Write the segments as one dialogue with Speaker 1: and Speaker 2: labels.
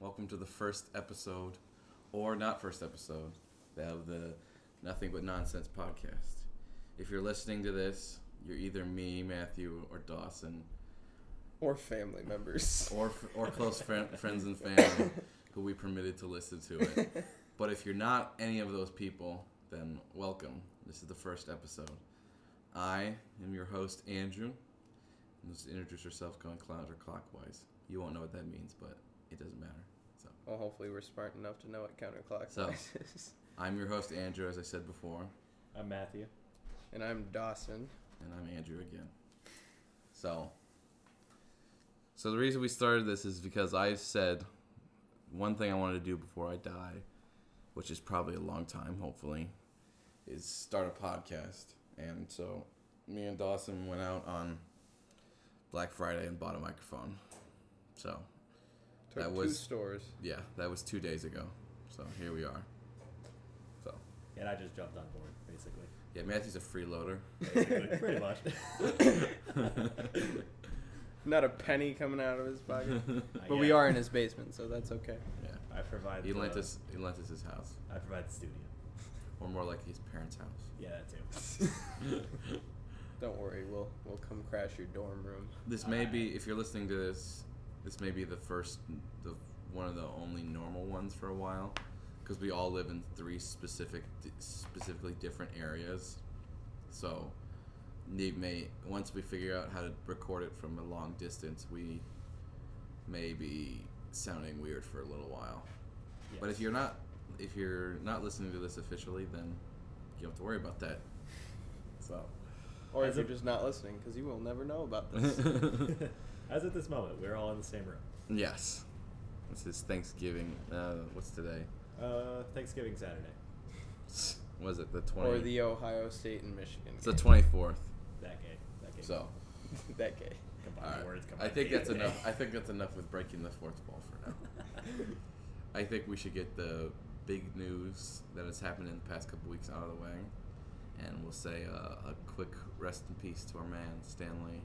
Speaker 1: Welcome to the first episode, or not first episode, of the Nothing But Nonsense podcast. If you're listening to this, you're either me, Matthew, or Dawson,
Speaker 2: or family members.
Speaker 1: or or close friend, friends and family who we permitted to listen to it. But if you're not any of those people, then welcome. This is the first episode. I am your host, Andrew. And just introduce yourself going counterclockwise. You won't know what that means, but it doesn't matter. So
Speaker 2: well, hopefully we're smart enough to know what counterclockwise
Speaker 1: So.
Speaker 2: is.
Speaker 1: I'm your host, Andrew, as I said before,
Speaker 3: I'm Matthew.
Speaker 2: And I'm Dawson.
Speaker 1: and I'm Andrew again. So So the reason we started this is because I said one thing I want to do before I die, which is probably a long time, hopefully, is start a podcast. And so me and Dawson went out on Black Friday and bought a microphone. So
Speaker 2: Took
Speaker 1: That
Speaker 2: two
Speaker 1: was-
Speaker 2: stores.
Speaker 1: yeah, that was two days ago. So here we are. So
Speaker 3: And I just jumped on board, basically.
Speaker 1: yeah, Matthew's a freeloader.
Speaker 3: basically pretty much.
Speaker 2: Not a penny coming out of his pocket. but we are in his basement, so that's okay.
Speaker 1: Yeah.
Speaker 3: I provide.
Speaker 1: He
Speaker 3: the,
Speaker 1: lent us he lent us his house.
Speaker 3: I provide the studio.
Speaker 1: Or more like his parents' house.
Speaker 3: Yeah, that too.
Speaker 2: Don't worry, we'll we'll come crash your dorm room.
Speaker 1: This may be if you're listening to this, this may be the first the one of the only normal ones for a while because we all live in three specific specifically different areas. So they may once we figure out how to record it from a long distance, we may be sounding weird for a little while. But if
Speaker 3: Yes.
Speaker 1: you're not if you're not listening to this officially, then you don't have to worry about that. So
Speaker 2: Or
Speaker 3: As
Speaker 2: if you're
Speaker 3: a-
Speaker 2: just not listening, because you will never know about this.
Speaker 3: as at this moment, we're all in the same room.
Speaker 1: yes, this is Thanksgiving. Uh, what's today?
Speaker 3: Uh, Thanksgiving Saturday.
Speaker 1: Was it the twenty?
Speaker 2: or the Ohio State and Michigan.
Speaker 1: it's the
Speaker 2: game.
Speaker 1: twenty fourth.
Speaker 3: That game. That game.
Speaker 1: So
Speaker 2: that gay.
Speaker 1: all
Speaker 3: combined
Speaker 1: right.
Speaker 3: words. Combined
Speaker 1: I think that's
Speaker 3: game.
Speaker 1: enough. I think that's enough with breaking the fourth wall for now. I think we should get the big news that has happened in the past couple weeks out of the way, and we'll say uh, a quick rest in peace to our man Stanley.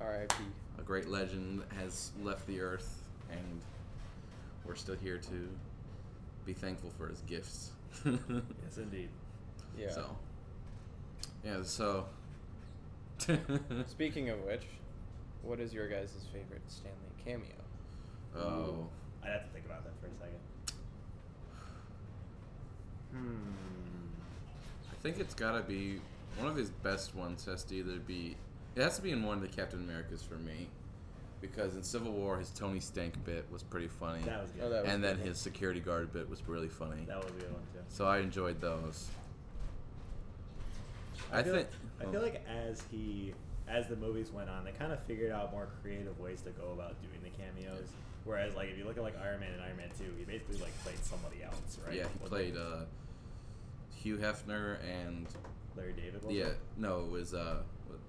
Speaker 2: R.I.P.
Speaker 1: a great legend has left the earth and we're still here to be thankful for his gifts
Speaker 3: yes, indeed.
Speaker 2: Yeah.
Speaker 1: so yeah so
Speaker 2: Speaking of which, what is your guys' favorite Stanley cameo?
Speaker 1: oh
Speaker 3: I'd have to think about that for a second. Hmm.
Speaker 1: i think it's gotta be one of his best ones has to either be it has to be in one of the captain americas for me because in civil war his tony stank bit was pretty funny
Speaker 3: That was good.
Speaker 2: Oh, that was
Speaker 1: and then
Speaker 2: good.
Speaker 1: his security guard bit was really funny
Speaker 3: That was a good one too.
Speaker 1: so i enjoyed those
Speaker 3: I,
Speaker 1: I
Speaker 3: feel
Speaker 1: think-
Speaker 3: I feel like as he as the movies went on, they kind of figured out more creative ways to go about doing the cameos. Whereas, like if you look at like Iron Man and Iron Man Two, he basically like played somebody else, right?
Speaker 1: Yeah, he
Speaker 3: Wasn't
Speaker 1: played
Speaker 3: it
Speaker 1: uh, Hugh Hefner and
Speaker 3: Larry David. was
Speaker 1: yeah,
Speaker 3: it?
Speaker 1: no, it was uh,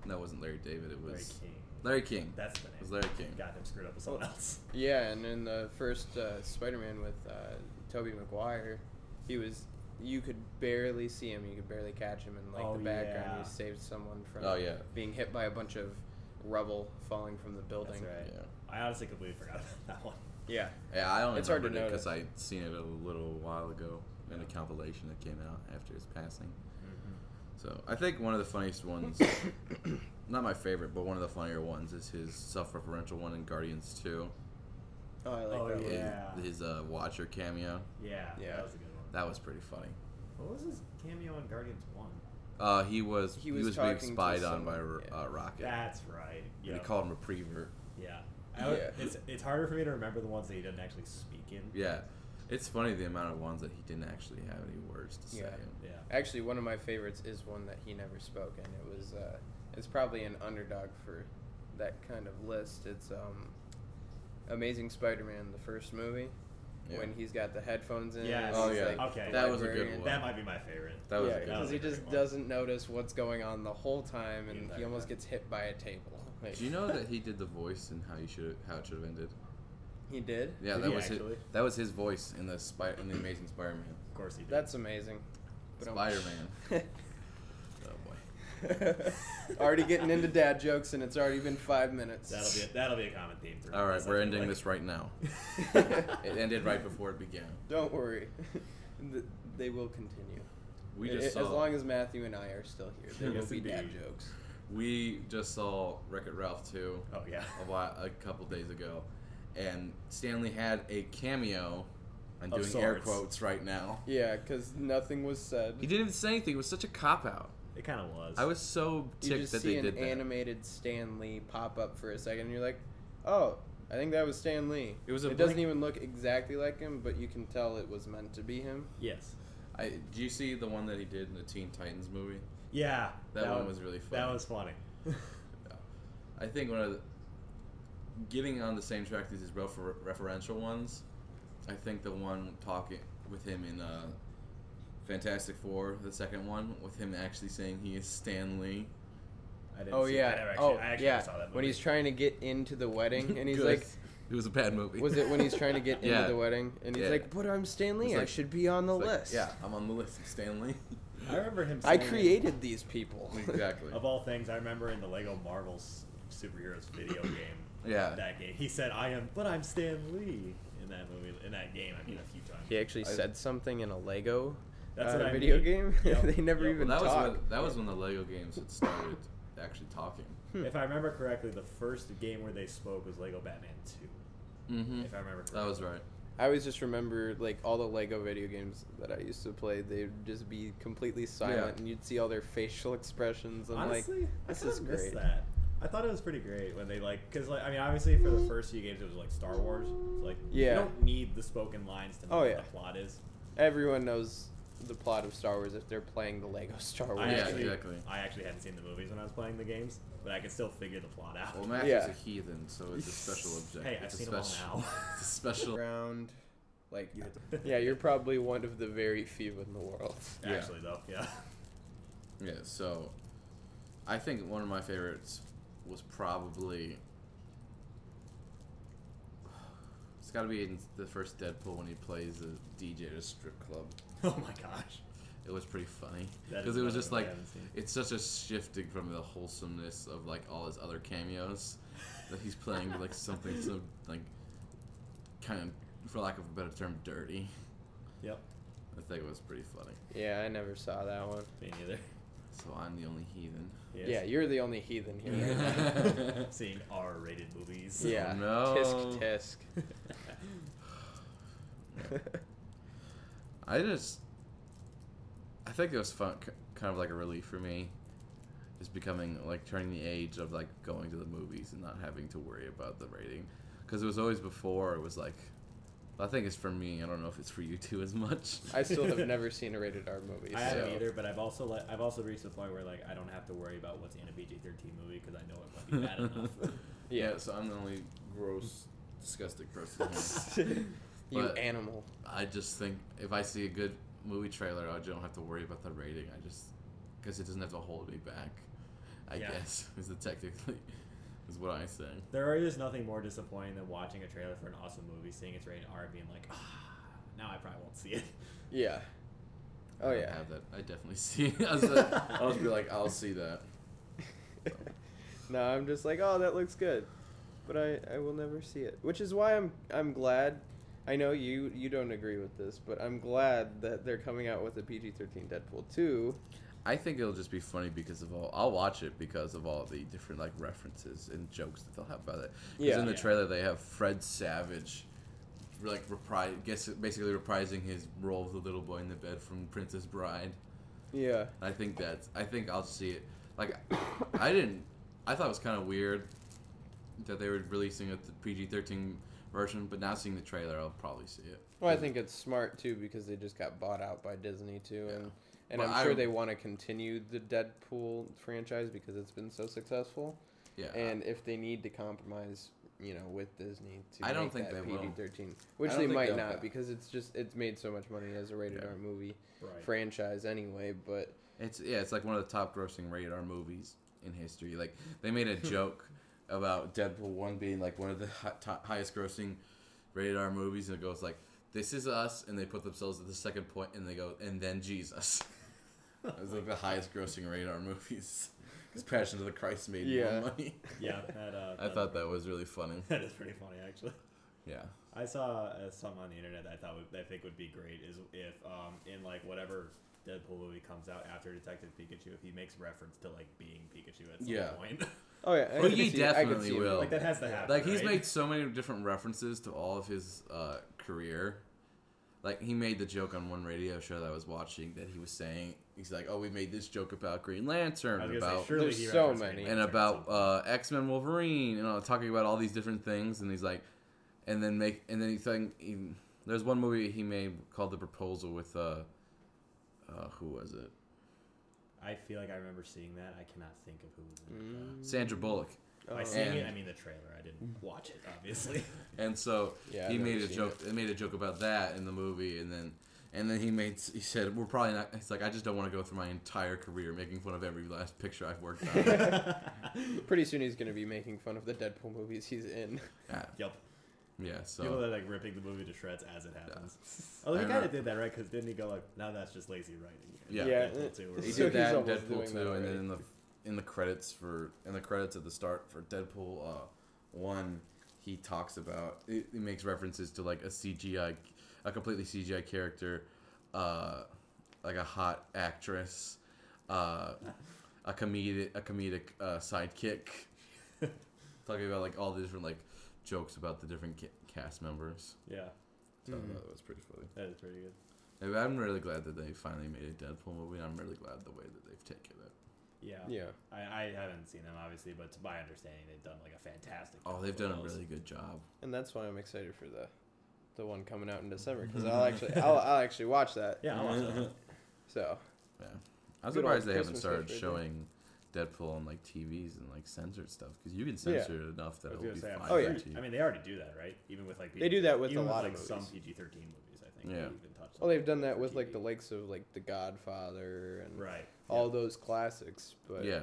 Speaker 1: no, it wasn't Larry David. It was
Speaker 3: Larry King.
Speaker 1: Larry King.
Speaker 3: That's the name.
Speaker 1: It was Larry King.
Speaker 3: Got him screwed up with someone else.
Speaker 2: Yeah, and in the first uh, Spider-Man with uh, Tobey Maguire, he was you could barely see him, you could barely catch him in like
Speaker 3: Oh,
Speaker 2: the background.
Speaker 3: yeah.
Speaker 2: He saved someone from
Speaker 1: Oh, yeah.
Speaker 2: being hit by a bunch of rubble falling from the building.
Speaker 3: That's right.
Speaker 1: Yeah.
Speaker 3: I honestly completely forgot about that one.
Speaker 2: Yeah,
Speaker 1: Yeah, I only
Speaker 2: It's hard to
Speaker 1: remembered it because I
Speaker 2: notice.
Speaker 1: seen it a little while ago in a
Speaker 3: Yeah.
Speaker 1: compilation that came out after his passing. So I think one of the funniest ones, not my favorite, but one of the funnier ones is his self-referential one in Guardians Two.
Speaker 2: oh, I like
Speaker 3: Oh,
Speaker 2: that.
Speaker 1: His-
Speaker 2: One.
Speaker 3: Yeah.
Speaker 1: His, uh, Watcher cameo.
Speaker 3: Yeah,
Speaker 2: Yeah.
Speaker 3: that was a good one.
Speaker 1: That was pretty funny.
Speaker 3: What was his cameo in Guardians One?
Speaker 1: Uh, he was
Speaker 2: He was
Speaker 1: being
Speaker 2: talking to
Speaker 1: spied on
Speaker 2: someone,
Speaker 1: by Ro-
Speaker 2: yeah.
Speaker 1: uh, Rocket.
Speaker 3: That's right.
Speaker 1: And
Speaker 3: Yeah.
Speaker 1: He called him a prevert.
Speaker 3: yeah. I would-
Speaker 2: Yeah.
Speaker 3: It's it's harder for me to remember the ones that he didn't actually speak in.
Speaker 1: Yeah, it's funny the amount of ones that he didn't actually have any words to say.
Speaker 2: Yeah.
Speaker 3: Yeah.
Speaker 2: Actually, one of my favorites is one that he never spoke, and it was uh, it's probably an underdog for that kind of list. It's um, Amazing Spider-Man, the first movie,
Speaker 1: Yeah.
Speaker 2: when he's got the headphones in.
Speaker 3: Yes.
Speaker 2: and
Speaker 1: Oh,
Speaker 2: he's,
Speaker 1: yeah.
Speaker 2: like,
Speaker 3: Okay.
Speaker 2: the
Speaker 1: That was a
Speaker 2: librarian.
Speaker 1: good one.
Speaker 3: That might be my favorite.
Speaker 1: That was
Speaker 2: yeah,
Speaker 1: a good
Speaker 2: because
Speaker 1: one.
Speaker 2: he
Speaker 3: That was a
Speaker 2: just
Speaker 3: great one.
Speaker 2: doesn't notice what's going on the whole time, and
Speaker 3: Yeah,
Speaker 2: he
Speaker 3: that-
Speaker 2: almost gets hit by a table. Like,
Speaker 1: Do you know that he did the voice and how you should how it should have ended?
Speaker 2: he did?
Speaker 1: Yeah,
Speaker 3: Did
Speaker 1: that
Speaker 3: he
Speaker 1: was
Speaker 3: actually? Oh,
Speaker 1: his, that was his voice in the spy, in the Amazing Spider-Man.
Speaker 3: Of course he did.
Speaker 2: That's amazing. But I'm-
Speaker 1: Spider-Man. Oh boy.
Speaker 2: already getting into dad jokes, and it's already been five minutes.
Speaker 3: That'll be a, that'll be a common theme. throughout
Speaker 1: All right,
Speaker 3: this, I
Speaker 1: we're
Speaker 3: feel
Speaker 1: ending
Speaker 3: like.
Speaker 1: this right now. It ended right before it began.
Speaker 2: Don't worry, Th- they will continue.
Speaker 1: We
Speaker 2: A-
Speaker 1: just
Speaker 2: a-
Speaker 1: saw,
Speaker 2: as long as Matthew and I are still here, there will
Speaker 3: Yes,
Speaker 2: be dad
Speaker 3: indeed.
Speaker 2: jokes.
Speaker 1: we just saw Wreck-It Ralph 2
Speaker 3: Oh yeah.
Speaker 1: a while, a couple days ago, and Stanley had a cameo. I'm
Speaker 3: Of
Speaker 1: doing air
Speaker 3: sorts.
Speaker 1: quotes right now.
Speaker 2: Yeah, because nothing was said.
Speaker 1: He didn't even say anything. It was such a cop out.
Speaker 3: It kind of was.
Speaker 1: I was so
Speaker 2: you
Speaker 1: ticked
Speaker 2: just
Speaker 1: that
Speaker 2: see
Speaker 1: they
Speaker 2: an
Speaker 1: did that.
Speaker 2: animated Stan Lee pop up for a second, and you're like, oh, I think that was Stan Lee.
Speaker 1: It was a
Speaker 2: It doesn't
Speaker 1: blank-
Speaker 2: even look exactly like him, but you can tell it was meant to be him.
Speaker 3: Yes.
Speaker 1: I, do you see the one that he did in the Teen Titans movie?
Speaker 3: Yeah.
Speaker 1: That, one was really funny.
Speaker 3: That was funny.
Speaker 1: I think one of the, getting on the same track as these refer- referential ones. I think the one talking with him in uh, Fantastic Four, the second one, with him actually saying he is Stan Lee.
Speaker 3: I didn't
Speaker 2: Oh
Speaker 3: see- I
Speaker 2: yeah.
Speaker 3: never actually,
Speaker 2: oh
Speaker 3: I actually
Speaker 2: yeah.
Speaker 3: Saw that movie.
Speaker 2: When he's trying to get into the wedding, and he's
Speaker 1: Good.
Speaker 2: like,
Speaker 1: it was a bad movie.
Speaker 2: was it when he's trying to get into
Speaker 1: Yeah.
Speaker 2: the wedding? And he's
Speaker 1: Yeah.
Speaker 2: like, but I'm Stan Lee.
Speaker 1: It's
Speaker 2: I
Speaker 1: like-
Speaker 2: should be on the
Speaker 1: It's like,
Speaker 2: list.
Speaker 1: yeah, I'm on the list of Stan Lee.
Speaker 3: I remember him.
Speaker 2: I
Speaker 3: Saying
Speaker 2: created these people.
Speaker 1: exactly.
Speaker 3: Of all things, I remember in the Lego Marvel s- superheroes video game.
Speaker 1: Yeah.
Speaker 3: That game, he said, "I am," but I'm Stan Lee in that movie. In that game, I mean, a few times.
Speaker 2: he actually
Speaker 1: I-
Speaker 2: said something in a Lego
Speaker 3: That's
Speaker 2: uh,
Speaker 3: what I
Speaker 2: video
Speaker 3: mean.
Speaker 2: game.
Speaker 3: Yep.
Speaker 2: they never
Speaker 3: Yep.
Speaker 2: even
Speaker 1: that was
Speaker 2: talk.
Speaker 1: when, that was when the Lego games had started actually talking.
Speaker 2: Hmm.
Speaker 3: If I remember correctly, the first game where they spoke was Lego Batman 2.
Speaker 1: Mm-hmm.
Speaker 3: If I remember correctly.
Speaker 1: That was right.
Speaker 2: I always just remember like all the Lego video games that I used to play. They'd just be completely silent, and you'd see all their facial expressions. I'm
Speaker 3: Honestly,
Speaker 2: like,
Speaker 3: I
Speaker 2: this
Speaker 3: kind
Speaker 2: is
Speaker 3: of missed
Speaker 2: great.
Speaker 3: that. I thought it was pretty great when they like, cause like I mean, obviously for the first few games it was like Star Wars. So like,
Speaker 2: Yeah.
Speaker 3: you don't need the spoken lines to know
Speaker 2: Oh,
Speaker 3: what
Speaker 2: yeah.
Speaker 3: the plot is.
Speaker 2: Everyone knows the plot of Star Wars if they're playing the Lego Star Wars.
Speaker 3: I
Speaker 1: Yeah,
Speaker 3: actually,
Speaker 1: exactly.
Speaker 3: I actually hadn't seen the movies when I was playing the games, but I could still figure the plot out.
Speaker 1: Well, Max is
Speaker 2: Yeah.
Speaker 1: a heathen, so it's a special objective.
Speaker 3: Hey, I've
Speaker 1: it's
Speaker 3: seen
Speaker 1: a
Speaker 3: 'em all
Speaker 1: special,
Speaker 3: now.
Speaker 1: It's a special.
Speaker 2: Around, like,
Speaker 3: You had to-
Speaker 2: yeah, you're probably one of the very few in the world.
Speaker 1: Yeah.
Speaker 3: actually though, yeah.
Speaker 1: Yeah, so I think one of my favorites was probably it's got to be in the first Deadpool when he plays the DJ at a strip club.
Speaker 3: Oh my gosh.
Speaker 1: It was pretty funny
Speaker 3: That
Speaker 1: because
Speaker 3: is
Speaker 1: it was
Speaker 3: another
Speaker 1: just
Speaker 3: one I
Speaker 1: like
Speaker 3: haven't seen.
Speaker 1: it's such a shifting from the wholesomeness of like all his other cameos that he's playing like something so like kind of for lack of a better term dirty.
Speaker 3: Yep.
Speaker 1: I think it was pretty funny.
Speaker 2: Yeah, I never saw that one.
Speaker 3: Me neither.
Speaker 1: So I'm the only heathen.
Speaker 2: Yeah, you're the only heathen here.
Speaker 3: Yeah. Seeing R-rated movies.
Speaker 2: yeah.
Speaker 1: no.
Speaker 2: Tisk tisk.
Speaker 1: I just, I think it was fun, k- kind of like a relief for me, just becoming like turning the age of like going to the movies and not having to worry about the rating, because it was always before it was like, I think it's for me. I don't know if it's for you too as much.
Speaker 2: I still have never seen a rated R movie.
Speaker 3: I
Speaker 2: so.
Speaker 3: haven't either, but I've also like I've also reached the point where like I don't have to worry about what's in a PG-13 movie because I know it won't be bad enough.
Speaker 1: yeah, so I'm the only gross, disgusting person here.
Speaker 2: you
Speaker 1: But-
Speaker 2: animal.
Speaker 1: I just think if I see a good movie trailer, I don't have to worry about the rating. I just because it doesn't have to hold me back. I
Speaker 3: Yeah.
Speaker 1: guess is the technically is what I say.
Speaker 3: There is nothing more disappointing than watching a trailer for an awesome movie, seeing it's rated R, and being like, ah, now I probably won't see it.
Speaker 2: Yeah. Oh
Speaker 1: I don't
Speaker 2: yeah.
Speaker 1: have that. I definitely see. I was like, I was be like, I'll see that.
Speaker 2: no, I'm just like, oh, that looks good, but I, I will never see it. Which is why I'm I'm glad. I know you you don't agree with this, but I'm glad that they're coming out with a PG-13 Deadpool 2.
Speaker 1: I think it'll just be funny because of all. I'll watch it because of all the different like references and jokes that they'll have about it. Because
Speaker 2: Yeah.
Speaker 1: in the
Speaker 3: Yeah.
Speaker 1: trailer they have Fred Savage, like repri- guess basically reprising his role of the little boy in the bed from Princess Bride.
Speaker 2: Yeah.
Speaker 1: I think that's. I think I'll see it. Like, I didn't. I thought it was kind of weird that they were releasing a PG thirteen version, but now seeing the trailer, I'll probably see it.
Speaker 2: Well, I think it's smart too because they just got bought out by Disney too, and and
Speaker 1: But
Speaker 2: I'm sure
Speaker 1: I-
Speaker 2: they want to continue the Deadpool franchise because it's been so successful.
Speaker 1: Yeah.
Speaker 2: And if they need to compromise, you know, with Disney to
Speaker 1: I don't
Speaker 2: make
Speaker 1: think
Speaker 2: that
Speaker 1: they will.
Speaker 2: PG-13,
Speaker 1: I
Speaker 2: which
Speaker 1: don't
Speaker 2: they
Speaker 1: think
Speaker 2: might
Speaker 1: they'll
Speaker 2: not
Speaker 1: go.
Speaker 2: because it's just it's made so much money as a rated
Speaker 1: Yeah.
Speaker 2: R movie
Speaker 3: Right.
Speaker 2: franchise anyway. But
Speaker 1: It's yeah, it's like one of the top grossing rated R movies in history. Like they made a joke about Deadpool one being like one of the hi- top, highest grossing rated R movies, and it goes like, "This is us," and they put themselves at the second point, and they go, "And then Jesus." it was like the highest grossing rated R movies. His Passion of the Christ made
Speaker 2: Yeah.
Speaker 1: more money.
Speaker 3: Yeah, that, uh,
Speaker 1: I thought that was really funny.
Speaker 3: that is pretty funny actually.
Speaker 1: Yeah.
Speaker 3: I saw uh, something on the internet that I thought would, that I think would be great is if um, in like whatever Deadpool movie comes out after Detective Pikachu, if he makes reference to like being Pikachu at some
Speaker 1: Yeah.
Speaker 3: point,
Speaker 2: Oh yeah, I
Speaker 1: Oh,
Speaker 2: could
Speaker 1: he
Speaker 2: see it. I could
Speaker 1: definitely
Speaker 2: see it.
Speaker 1: will.
Speaker 3: like that has to happen.
Speaker 1: Like he's
Speaker 3: right?
Speaker 1: made so many different references to all of his uh, career. Like he made the joke on one radio show that I was watching that he was saying he's like, "Oh, we made this joke about Green Lantern,
Speaker 3: I was gonna
Speaker 1: about
Speaker 3: say, surely
Speaker 2: There's
Speaker 3: he
Speaker 2: so
Speaker 3: referenced
Speaker 2: many.
Speaker 3: Green
Speaker 1: and
Speaker 3: Lantern at some
Speaker 1: about uh, X Men Wolverine, and all, talking about all these different things." And he's like, and then make and then he's saying, he, "There's one movie he made called The Proposal with uh, uh who was it?
Speaker 3: I feel like I remember seeing that. I cannot think of who was in it.
Speaker 2: Mm.
Speaker 1: Sandra Bullock."
Speaker 3: though. By
Speaker 2: Oh.
Speaker 3: seeing it,
Speaker 1: And-
Speaker 3: I mean the trailer. I didn't watch it, obviously.
Speaker 1: And so
Speaker 2: Yeah, I've
Speaker 1: he
Speaker 2: never
Speaker 1: made a
Speaker 2: seen
Speaker 1: joke. It. made a joke about that in the movie, and then and then he made he said we're probably not. He's like I just don't want to go through my entire career making fun of every last picture I've worked on.
Speaker 2: Pretty soon he's gonna be making fun of the Deadpool movies he's in.
Speaker 1: yeah,
Speaker 3: yep.
Speaker 1: yeah.
Speaker 3: People
Speaker 1: So
Speaker 3: that are like ripping the movie to shreds as it happens.
Speaker 1: I
Speaker 3: Although he kind of
Speaker 1: remember-
Speaker 3: did that, right? Because didn't he go like, "Now that's just lazy writing."
Speaker 1: Yeah.
Speaker 2: Yeah.
Speaker 3: Deadpool 2 or
Speaker 2: He
Speaker 1: he
Speaker 2: So
Speaker 1: did
Speaker 2: he's
Speaker 3: whatever.
Speaker 1: that in
Speaker 2: almost
Speaker 1: Deadpool
Speaker 2: doing that
Speaker 1: two, and then
Speaker 2: already.
Speaker 1: in the in the credits for in the credits at the start for Deadpool uh, one, he talks about it, it makes references to like a CGI, a completely CGI character, uh, like a hot actress, uh, a comedic a comedic uh, sidekick, talking about like all the different like jokes about the different ca- cast members.
Speaker 3: Yeah,
Speaker 1: So
Speaker 2: Mhm.
Speaker 1: that was pretty funny.
Speaker 3: that is pretty good.
Speaker 1: And I'm really glad that they finally made a Deadpool movie. and I'm really glad the way that they've taken it.
Speaker 3: Yeah.
Speaker 2: Yeah.
Speaker 3: I, I haven't seen them obviously, but to my understanding, they've done like a fantastic.
Speaker 1: Oh,
Speaker 3: job
Speaker 1: they've
Speaker 3: with
Speaker 1: done a
Speaker 3: those.
Speaker 1: really good job.
Speaker 2: and that's why I'm excited for the the one coming out in December because I'll actually I'll, I'll actually watch that.
Speaker 3: Yeah, I watched that.
Speaker 2: So
Speaker 1: I was
Speaker 2: Good old
Speaker 1: surprised they haven't
Speaker 2: Christmas
Speaker 1: started
Speaker 2: gift right
Speaker 1: showing Deadpool on like TVs and like censored stuff because you can
Speaker 2: Yeah.
Speaker 1: censor it enough that
Speaker 3: I was
Speaker 1: it'll
Speaker 3: gonna
Speaker 1: be
Speaker 3: say,
Speaker 1: fine.
Speaker 3: I'm
Speaker 2: Oh,
Speaker 1: for
Speaker 2: yeah.
Speaker 1: TV.
Speaker 3: I mean, they already do that, right? Even with like
Speaker 2: They do that with
Speaker 3: even
Speaker 2: a lot
Speaker 3: like
Speaker 2: of
Speaker 3: some
Speaker 2: movies.
Speaker 3: PG-13 movies. I think.
Speaker 1: Yeah.
Speaker 3: they've even touched
Speaker 2: well,
Speaker 3: on
Speaker 2: they've done that
Speaker 3: for
Speaker 2: with like the
Speaker 3: TV.
Speaker 2: likes of like The Godfather and
Speaker 3: right.
Speaker 2: all those classics. But
Speaker 1: yeah,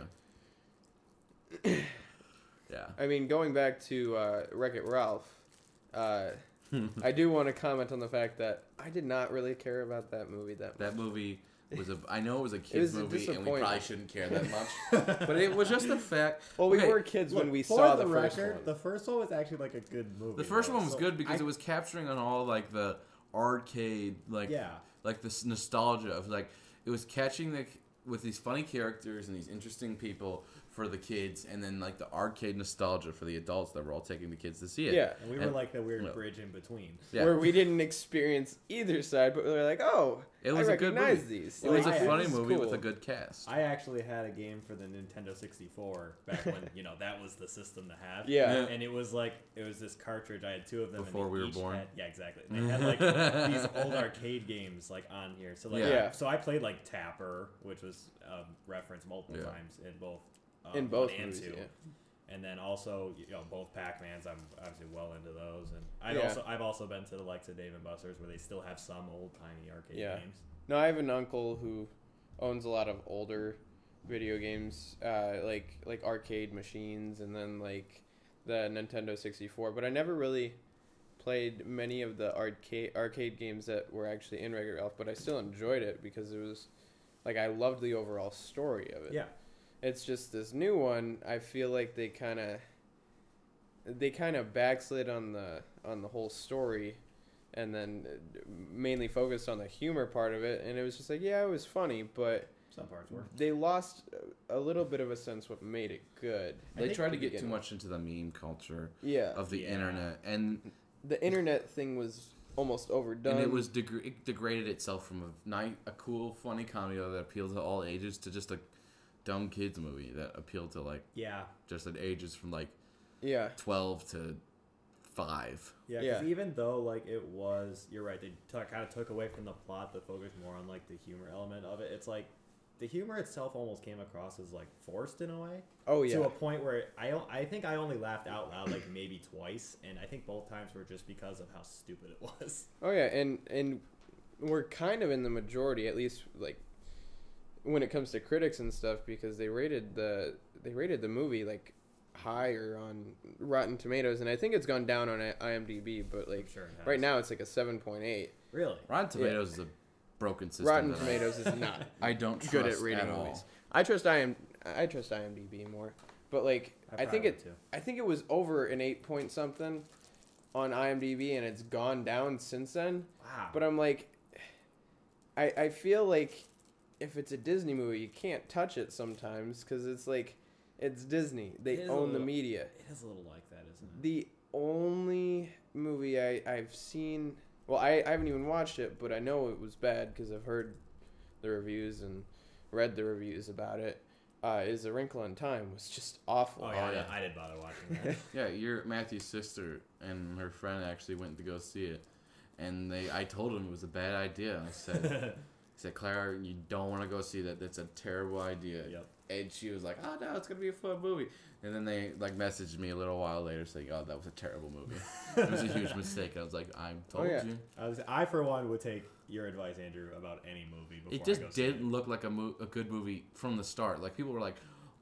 Speaker 1: yeah.
Speaker 2: I mean, going back to uh, Wreck It Ralph, uh, I do want to comment on the fact that I did not really care about that movie that much.
Speaker 1: That movie was a. I know it was a kids
Speaker 2: was a
Speaker 1: movie, and we probably
Speaker 2: disappointment.
Speaker 1: shouldn't care that much. but it was just the fact.
Speaker 2: Well, we
Speaker 1: okay,
Speaker 2: were kids when
Speaker 3: Look,
Speaker 2: we
Speaker 3: for
Speaker 2: saw the, first
Speaker 3: record,
Speaker 2: one.
Speaker 3: The first one was actually like a good movie.
Speaker 1: The first
Speaker 3: though,
Speaker 1: one was
Speaker 3: so
Speaker 1: good because
Speaker 3: I-
Speaker 1: it was capturing on all like the arcade, like
Speaker 3: Yeah.
Speaker 1: like this nostalgia of like it was catching the with these funny characters and these interesting people for the kids, and then like the arcade nostalgia for the adults that were all taking the kids to see it.
Speaker 2: Yeah.
Speaker 3: And we were
Speaker 1: And-
Speaker 3: like the weird
Speaker 1: no.
Speaker 3: bridge in between.
Speaker 1: yeah.
Speaker 2: Where we didn't experience either side, but we were like, oh,
Speaker 1: It was
Speaker 2: I
Speaker 1: a good
Speaker 2: recognize
Speaker 1: movie.
Speaker 2: these.
Speaker 1: it was
Speaker 3: Like,
Speaker 1: a
Speaker 3: I-
Speaker 1: funny
Speaker 2: this is
Speaker 1: movie with
Speaker 2: cool.
Speaker 1: a good cast.
Speaker 3: I actually had a game for the Nintendo 64 back when you know that was the system to have.
Speaker 2: Yeah.
Speaker 1: Yeah.
Speaker 3: And it was like it was this cartridge. I had two of them. and
Speaker 1: Before
Speaker 3: they
Speaker 1: we were
Speaker 3: each
Speaker 1: born.
Speaker 3: had- yeah, exactly. And they had like these old arcade games like on here. So like
Speaker 1: Yeah.
Speaker 2: Yeah.
Speaker 3: so I played like Tapper, which was um, referenced multiple
Speaker 1: Yeah.
Speaker 3: times in both. Um,
Speaker 2: in both
Speaker 3: one and
Speaker 2: movies.
Speaker 3: two.
Speaker 2: yeah.
Speaker 3: and then also you know both Pac-Mans. I'm obviously well into those, and I've
Speaker 2: Yeah.
Speaker 3: also I've also been to the likes of Dave and Buster's where they still have some old timey arcade
Speaker 2: Yeah.
Speaker 3: games.
Speaker 2: No, I have an uncle who owns a lot of older video games, uh, like like arcade machines, and then like the Nintendo sixty four. But I never really played many of the arcade arcade games that were actually in Wreck-It Ralph. But I still enjoyed it because it was like I loved the overall story of it.
Speaker 3: Yeah,
Speaker 2: It's just this new one. I feel like they kind of they kind of backslid on the on the whole story, and then uh, mainly focused on the humor part of it. And it was just like, yeah, it was funny, but
Speaker 3: some parts were.
Speaker 2: they lost a little bit of a sense what made it good.
Speaker 1: they
Speaker 3: think
Speaker 1: tried to
Speaker 2: to
Speaker 1: get
Speaker 2: begin
Speaker 1: too
Speaker 2: with.
Speaker 1: much into the meme culture
Speaker 2: Yeah,
Speaker 1: of the
Speaker 3: Yeah.
Speaker 1: internet, and
Speaker 2: the internet thing was almost overdone.
Speaker 1: and it was deg- it degraded itself from a night a cool funny comedy that appealed to all ages to just a dumb kids movie that appealed to like
Speaker 3: Yeah,
Speaker 1: just at ages from like
Speaker 2: yeah,
Speaker 1: 12 to 5
Speaker 3: yeah. Because
Speaker 2: Yeah.
Speaker 3: even though like it was, you're right. They t- kind of took away from the plot to focus more on like the humor element of it. It's like the humor itself almost came across as like forced in a way.
Speaker 2: oh
Speaker 3: to
Speaker 2: yeah,
Speaker 3: a point where I o- I think I only laughed out loud like maybe twice, and I think both times were just because of how stupid it was.
Speaker 2: Oh yeah, and and we're kind of in the majority, at least like when it comes to critics and stuff, because they rated the they rated the movie like higher on Rotten Tomatoes, and I think it's gone down on I- IMDb, but like
Speaker 3: sure it has.
Speaker 2: right now it's like a seven point eight.
Speaker 3: Really?
Speaker 1: Rotten Tomatoes is a broken system.
Speaker 2: Rotten
Speaker 1: that I-
Speaker 2: Tomatoes is not
Speaker 1: I don't trust
Speaker 2: good at reading
Speaker 1: all.
Speaker 2: movies. I trust IM I trust IMDb more, but like I,
Speaker 3: I
Speaker 2: think
Speaker 3: probably
Speaker 2: it
Speaker 3: would, too.
Speaker 2: I think it was over an eight point something on IMDb, and it's gone down since then.
Speaker 3: Wow.
Speaker 2: But I'm like, I I feel like if it's a Disney movie, you can't touch it sometimes because it's like it's Disney. They
Speaker 3: It is a
Speaker 2: own the
Speaker 3: little-
Speaker 2: media.
Speaker 3: it is a little like that, isn't it?
Speaker 2: The only movie I, I've seen, well, I, I haven't even watched it, but I know it was bad because I've heard the reviews and read the reviews about it. Uh, is A Wrinkle in Time was just awful.
Speaker 3: Oh yeah,
Speaker 1: yeah.
Speaker 3: I, I did bother watching that.
Speaker 1: Yeah, your Matthew's sister and her friend actually went to go see it, and they I told them it was a bad idea. I said, I said Clara, you don't want to go see that. That's a terrible idea.
Speaker 3: Yep.
Speaker 1: And she was like, Oh no, it's gonna be a fun movie. And then they like messaged me a little while later saying, Oh, that was a terrible movie. it was a huge mistake. I was like, I told
Speaker 2: Oh, yeah.
Speaker 1: you.
Speaker 3: I, was, I for one would take your advice, Andrew, about any movie before
Speaker 1: It
Speaker 3: I go
Speaker 1: just
Speaker 3: see
Speaker 1: didn't look like a mo- a good movie from the start. Like people were like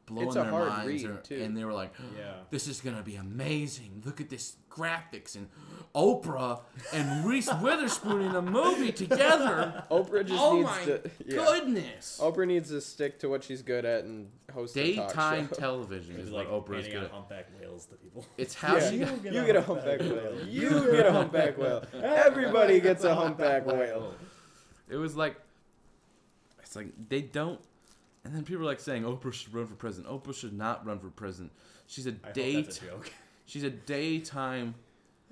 Speaker 1: blowing
Speaker 2: It's a
Speaker 1: their
Speaker 2: hard
Speaker 1: minds,
Speaker 2: read,
Speaker 1: or-
Speaker 2: too.
Speaker 1: and they were like,
Speaker 3: Yeah.
Speaker 1: "This is gonna be amazing! Look at this graphics and Oprah and Reese Witherspoon in a movie together!
Speaker 2: Oprah just
Speaker 1: oh
Speaker 2: needs
Speaker 1: my
Speaker 2: to. Yeah.
Speaker 1: goodness!"
Speaker 2: Oprah needs to stick to what she's good at and host a
Speaker 1: Daytime
Speaker 2: talk show.
Speaker 1: television
Speaker 3: It
Speaker 1: is
Speaker 3: was
Speaker 1: what
Speaker 3: like
Speaker 1: Oprah's
Speaker 3: painting
Speaker 1: good.
Speaker 3: out
Speaker 1: at.
Speaker 3: humpback whales to people.
Speaker 1: It's how
Speaker 2: Yeah.
Speaker 1: she got.
Speaker 2: you get a humpback whale. You get a humpback whale. Everybody gets a humpback whale.
Speaker 1: It was like, it's like they don't. And then people are like saying Oprah should run for president. Oprah should not run for president. She's a
Speaker 3: I hope
Speaker 1: date.
Speaker 3: that's a joke.
Speaker 1: She's a daytime.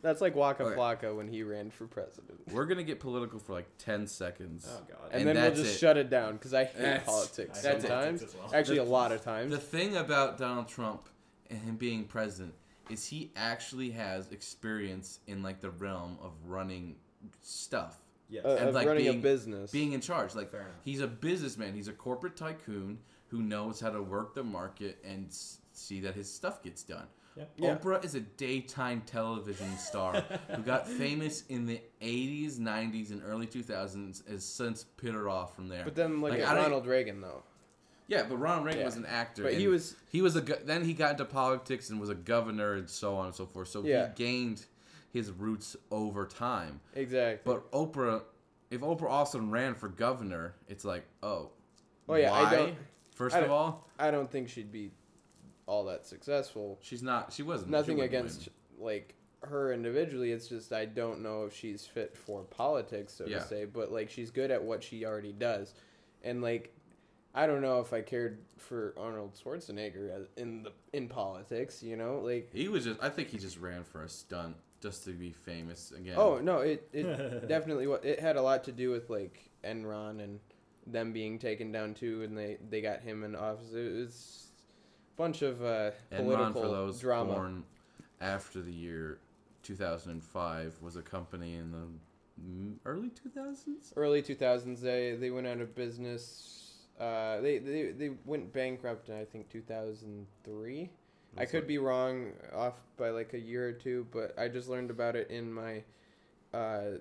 Speaker 2: That's like Waka
Speaker 1: Okay.
Speaker 2: Flocka when he ran for president.
Speaker 1: We're gonna get political for like ten seconds.
Speaker 3: Oh god.
Speaker 2: and,
Speaker 1: And
Speaker 2: then we'll
Speaker 1: that's
Speaker 2: just
Speaker 1: it.
Speaker 2: shut it down because I hate
Speaker 1: That's-
Speaker 2: politics
Speaker 1: I hate
Speaker 2: sometimes.
Speaker 3: politics as well.
Speaker 2: Actually,
Speaker 1: The-
Speaker 2: a lot of times.
Speaker 1: The thing about Donald Trump and him being president is he actually has experience in like the realm of running stuff,
Speaker 3: yes.
Speaker 2: uh,
Speaker 1: and,
Speaker 2: of
Speaker 1: like,
Speaker 2: running a
Speaker 1: being-
Speaker 2: business.
Speaker 1: being in charge. Like
Speaker 3: Fair enough.
Speaker 1: he's a businessman. He's a corporate tycoon who knows how to work the market and s- see that his stuff gets done.
Speaker 3: Yeah.
Speaker 2: Yeah.
Speaker 1: Oprah is a daytime television star who got famous in the 80s, 90s, and early 2000s, has since petered off from there.
Speaker 2: but then look
Speaker 1: Like, I
Speaker 2: at
Speaker 1: don't-
Speaker 2: Ronald Reagan though.
Speaker 1: Yeah, but Ronald Reagan
Speaker 2: Yeah.
Speaker 1: was an actor.
Speaker 2: But he
Speaker 1: and
Speaker 2: was-
Speaker 1: he was a go- then he got into politics and was a governor and so on and so forth. So
Speaker 2: Yeah.
Speaker 1: he gained his roots over time.
Speaker 2: Exactly.
Speaker 1: But Oprah, if Oprah Austin ran for governor, it's like oh,
Speaker 2: Oh, yeah, I don't-
Speaker 1: First
Speaker 2: I
Speaker 1: of
Speaker 2: don't-
Speaker 1: all,
Speaker 2: I don't think she'd be all that successful.
Speaker 1: she's not. She wasn't. she
Speaker 2: Nothing
Speaker 1: wouldn't
Speaker 2: against
Speaker 1: win.
Speaker 2: like her individually. It's just I don't know if she's fit for politics, so
Speaker 1: Yeah.
Speaker 2: to say. But like she's good at what she already does, and like I don't know if I cared for Arnold Schwarzenegger as- in the in politics. You know, like
Speaker 1: He was just. I think he just ran for a stunt just to be famous again.
Speaker 2: Oh no, it it definitely wa- it had a lot to do with like Enron and them being taken down too, and they they got him in office. It was a bunch of uh,
Speaker 1: and Ron
Speaker 2: political
Speaker 1: for those
Speaker 2: drama.
Speaker 1: born after the year 2005 was a company in the mm, early 2000s.
Speaker 2: Early two thousands, they they went out of business. Uh, they, they they went bankrupt in I think two thousand three. I
Speaker 1: Looks
Speaker 2: could
Speaker 1: like-
Speaker 2: be wrong off by like a year or two, but I just learned about it in my uh,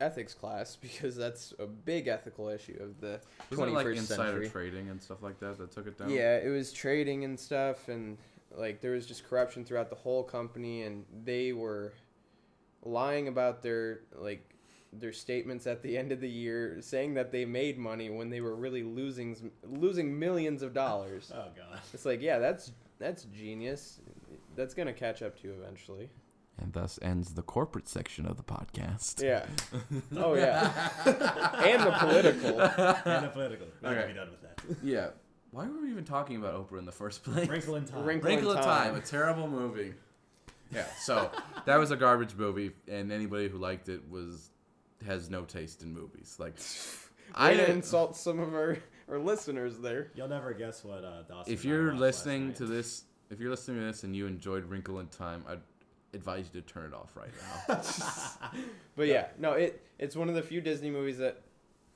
Speaker 2: ethics class because that's a big ethical issue of the
Speaker 1: Wasn't
Speaker 2: twenty
Speaker 1: it like
Speaker 2: first
Speaker 1: insider
Speaker 2: century.
Speaker 1: trading and stuff like that that took it down?
Speaker 2: Yeah, it was trading and stuff, and like there was just corruption throughout the whole company, and they were lying about their like their statements at the end of the year, saying that they made money when they were really losing losing millions of dollars.
Speaker 3: Oh god.
Speaker 2: It's like, yeah, that's that's genius. That's gonna catch up to you eventually.
Speaker 1: And thus ends the corporate section of the podcast.
Speaker 2: Yeah. Oh yeah. and the political.
Speaker 3: and the political. Not gonna
Speaker 1: Okay.
Speaker 3: be done with that.
Speaker 1: Yeah. Why were we even talking about Oprah in the first place?
Speaker 3: Wrinkle in time.
Speaker 2: Wrinkle-
Speaker 1: Wrinkle
Speaker 2: in
Speaker 1: of
Speaker 2: Time.
Speaker 1: Time, a terrible movie. Yeah. So that was a garbage movie, and anybody who liked it was has no taste in movies. Like,
Speaker 2: I
Speaker 1: I
Speaker 2: didn't
Speaker 1: didn't.
Speaker 2: insult some of our our listeners there.
Speaker 3: You'll never guess what uh, Dawson.
Speaker 1: If
Speaker 3: and I
Speaker 1: you're
Speaker 3: watched last
Speaker 1: listening
Speaker 3: night.
Speaker 1: to this, if you're listening to this and you enjoyed Wrinkle in Time, I'd advise you to turn it off right now.
Speaker 2: But yeah, no, it it's one of the few Disney movies that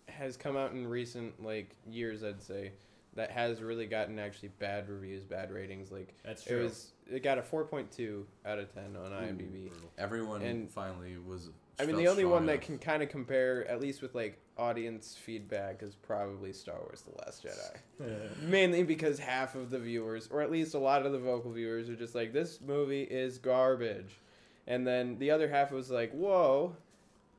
Speaker 2: has come out in recent like years, I'd say, that has really gotten actually bad reviews, bad ratings. Like
Speaker 3: That's
Speaker 2: it
Speaker 3: true.
Speaker 2: was it got a 4.2 out of 10 on IMDb.
Speaker 3: Brutal.
Speaker 1: Everyone
Speaker 2: And-
Speaker 1: finally was.
Speaker 2: I mean,
Speaker 1: felt
Speaker 2: the only
Speaker 1: strong
Speaker 2: one that
Speaker 1: enough.
Speaker 2: can kind of compare at least with like audience feedback is probably Star Wars The Last Jedi. Mainly because half of the viewers, or at least a lot of the vocal viewers, are just like, this movie is garbage. And then the other half was like, whoa,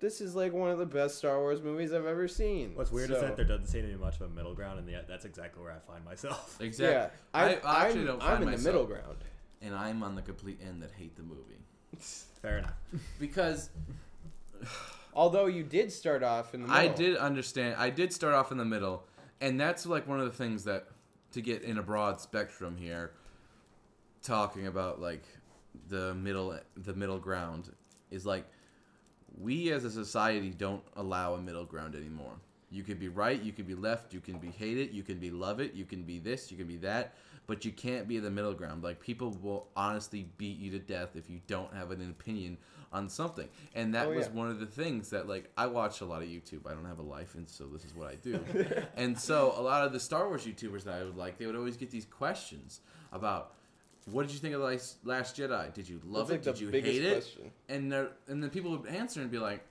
Speaker 2: this is like one of the best Star Wars movies I've ever seen.
Speaker 3: What's weird is
Speaker 2: So-
Speaker 3: that there doesn't seem to be much of a middle ground, and yet that's exactly where I find myself.
Speaker 2: Yeah,
Speaker 1: Exactly.
Speaker 2: I,
Speaker 1: I, I actually
Speaker 2: am
Speaker 1: don't
Speaker 2: I'm
Speaker 1: find
Speaker 2: in
Speaker 1: myself,
Speaker 2: the middle ground.
Speaker 1: and I'm on the complete end that hate the movie
Speaker 3: Fair enough.
Speaker 1: because
Speaker 2: Although you did start off in the middle.
Speaker 1: I did understand. I did start off in the middle, and that's like one of the things that to get in a broad spectrum here, talking about like the middle, the middle ground is like we as a society don't allow a middle ground anymore. You could be right, you could be left, you can be hate it, you can be love it, you can be this, you can be that, but you can't be the middle ground. Like people will honestly beat you to death if you don't have an opinion on something. And that
Speaker 2: Oh,
Speaker 1: was
Speaker 2: yeah.
Speaker 1: one of the things that like I watch a lot of YouTube. I don't have a life and so this is what I do. and so a lot of the Star Wars YouTubers that I would like, they would always get these questions about what did you think of the Last- Last Jedi? Did you love
Speaker 2: That's like
Speaker 1: it? Did
Speaker 2: the
Speaker 1: you
Speaker 2: biggest
Speaker 1: hate it?
Speaker 2: question.
Speaker 1: and there, and then people would answer and be like,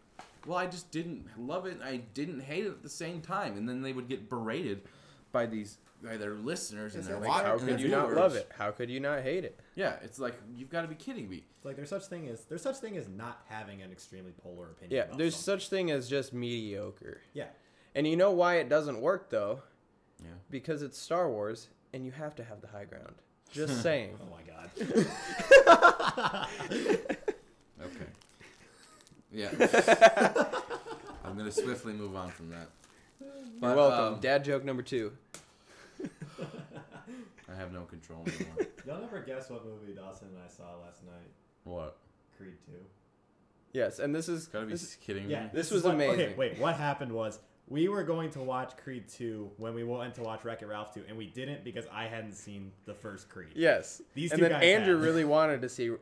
Speaker 1: "Well, I just didn't love it. I didn't hate it at the same time." And then they would get berated by these by their listeners and
Speaker 3: Is
Speaker 1: their
Speaker 3: it
Speaker 1: like,
Speaker 3: like,
Speaker 2: How
Speaker 3: How
Speaker 2: could
Speaker 3: could
Speaker 2: you not love it? How could you not hate it?
Speaker 1: Yeah, it's like you've got to be kidding me.
Speaker 3: It's like there's such thing as there's such thing as not having an extremely polar opinion.
Speaker 2: Yeah,
Speaker 3: about
Speaker 2: there's
Speaker 3: something.
Speaker 2: such thing as just mediocre.
Speaker 3: yeah.
Speaker 2: And you know why it doesn't work though?
Speaker 1: Yeah.
Speaker 2: Because it's Star Wars and you have to have the high ground. Just saying.
Speaker 3: Oh my god.
Speaker 1: Okay. Yeah. I'm gonna swiftly move on from that.
Speaker 2: You're
Speaker 1: But,
Speaker 2: welcome.
Speaker 1: um,
Speaker 2: Dad joke number 2.
Speaker 1: um, I have no control anymore.
Speaker 3: Y'all never guess what movie Dawson and I saw last night.
Speaker 1: what?
Speaker 3: Creed Two.
Speaker 2: Yes, and this is
Speaker 1: Gotta be
Speaker 2: this,
Speaker 1: kidding
Speaker 3: Yeah,
Speaker 1: me.
Speaker 2: This
Speaker 3: Mm-hmm.
Speaker 2: was
Speaker 3: is what- Okay,
Speaker 2: amazing.
Speaker 3: wait, what happened was we were going to watch Creed Two when we went to watch Wreck It Ralph Two, and we didn't because I hadn't seen the first Creed.
Speaker 2: Yes.
Speaker 3: These
Speaker 2: and
Speaker 3: two
Speaker 2: then
Speaker 3: guys
Speaker 2: Andrew
Speaker 3: have.
Speaker 2: really wanted to see uh,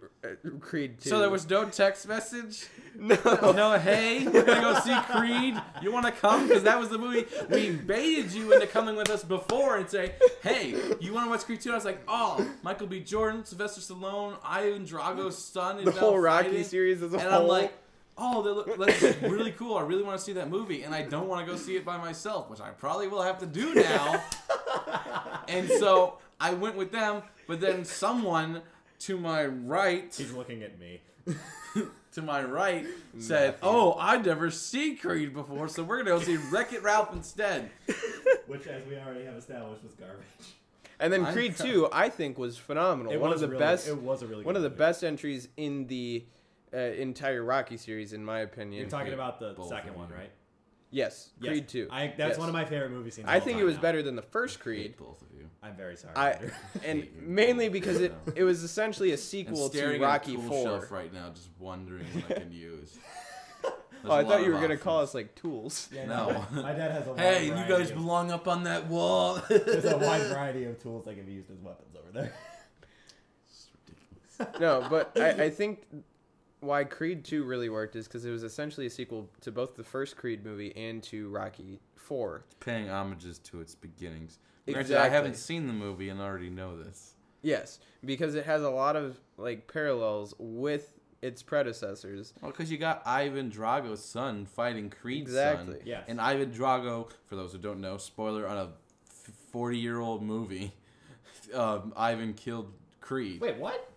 Speaker 2: Creed 2.
Speaker 1: So there was no text message.
Speaker 2: no.
Speaker 1: No, hey, we're gonna go see Creed. You want to come? Because that was the movie we baited you into coming with us before and say, hey, you want to watch Creed 2? I was like, oh, Michael B. Jordan, Sylvester Stallone, Ivan Drago's son. Is
Speaker 2: the
Speaker 1: now
Speaker 2: whole Rocky
Speaker 1: fighting."
Speaker 2: series as a
Speaker 1: And
Speaker 2: whole.
Speaker 1: I'm like, oh, that look, that's really cool. I really want to see that movie, and I don't want to go see it by myself, which I probably will have to do now. and so I went with them, but then someone to my right
Speaker 3: He's looking at me.
Speaker 1: to my right said, "Oh, I've never seen Creed before, so we're gonna go see Wreck It Ralph instead."
Speaker 3: Which, as we already have established, was garbage.
Speaker 2: and then
Speaker 1: I'm
Speaker 2: Creed
Speaker 1: trying-
Speaker 2: 2 I think was phenomenal. One of
Speaker 3: was
Speaker 2: the
Speaker 3: really-
Speaker 2: best
Speaker 3: It was a really
Speaker 2: one
Speaker 3: good
Speaker 2: of the
Speaker 3: movie.
Speaker 2: best entries in the uh, entire Rocky series in my opinion.
Speaker 3: You're talking about the
Speaker 1: Both of
Speaker 3: second one,
Speaker 1: you.
Speaker 3: right?
Speaker 2: Yes,
Speaker 3: Yes.
Speaker 2: Creed Two.
Speaker 3: I, that's
Speaker 2: Yes.
Speaker 3: one of my favorite movie scenes. of
Speaker 2: I
Speaker 3: all
Speaker 2: think it
Speaker 3: time
Speaker 2: was
Speaker 3: now.
Speaker 2: better than the first Creed.
Speaker 1: Hate both of you.
Speaker 3: I'm very sorry.
Speaker 2: I
Speaker 3: Andrew.
Speaker 2: and
Speaker 1: Hate you.
Speaker 2: mainly because it
Speaker 1: No.
Speaker 2: it was essentially a
Speaker 1: I'm
Speaker 2: sequel to
Speaker 1: staring
Speaker 2: Rocky
Speaker 1: at a tool
Speaker 2: Four.
Speaker 1: shelf right now, just wondering what I can use. There's
Speaker 2: Oh, I
Speaker 1: a
Speaker 2: thought
Speaker 1: lot
Speaker 2: you were
Speaker 1: of
Speaker 2: gonna call
Speaker 1: options.
Speaker 2: us like tools.
Speaker 3: Yeah,
Speaker 1: No.
Speaker 3: My dad has a wide
Speaker 1: Hey, you
Speaker 3: variety
Speaker 1: guys
Speaker 3: of-
Speaker 1: belong up on that wall.
Speaker 3: There's a wide variety of tools that can be used as weapons over there.
Speaker 1: It's ridiculous.
Speaker 2: No, but I, I think why Creed Two really worked is because it was essentially a sequel to both the first Creed movie and to Rocky Four.
Speaker 1: Paying homages to its beginnings. Granted, I
Speaker 2: Exactly.
Speaker 1: haven't seen the movie and already know this.
Speaker 2: Yes, because it has a lot of like parallels with its predecessors.
Speaker 1: Well, because you got Ivan Drago's son fighting Creed's
Speaker 2: Exactly.
Speaker 1: son.
Speaker 3: Yes.
Speaker 1: And Ivan Drago, for those who don't know, spoiler on a forty-year-old movie, um, Ivan killed Creed.
Speaker 3: Wait, what?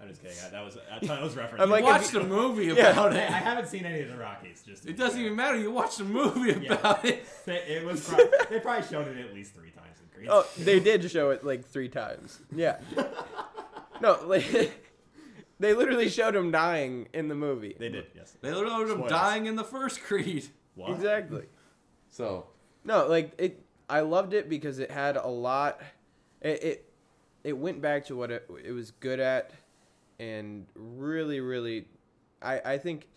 Speaker 3: I'm just kidding. I, that was I thought it was referenced.
Speaker 2: I'm
Speaker 1: you
Speaker 2: like, if
Speaker 1: watched
Speaker 2: you-
Speaker 1: a movie
Speaker 2: Yeah.
Speaker 1: about
Speaker 3: Hey, I
Speaker 1: it.
Speaker 3: haven't seen any of the Rockies. Just to
Speaker 1: It
Speaker 3: be
Speaker 1: doesn't
Speaker 3: clear.
Speaker 1: even matter. You watched a movie about it.
Speaker 3: They- It was. Pro- they probably showed it at least three times in Greece.
Speaker 2: Oh, they did show it like three times. Yeah. No, like they literally showed him dying in the movie.
Speaker 3: they did. Yes.
Speaker 1: They literally showed him
Speaker 3: Spoilers.
Speaker 1: dying in the first Creed.
Speaker 3: What?
Speaker 2: Exactly.
Speaker 1: So
Speaker 2: No, like it. I loved it because it had a lot. It it, it went back to what it, it was good at, and really, really, I I think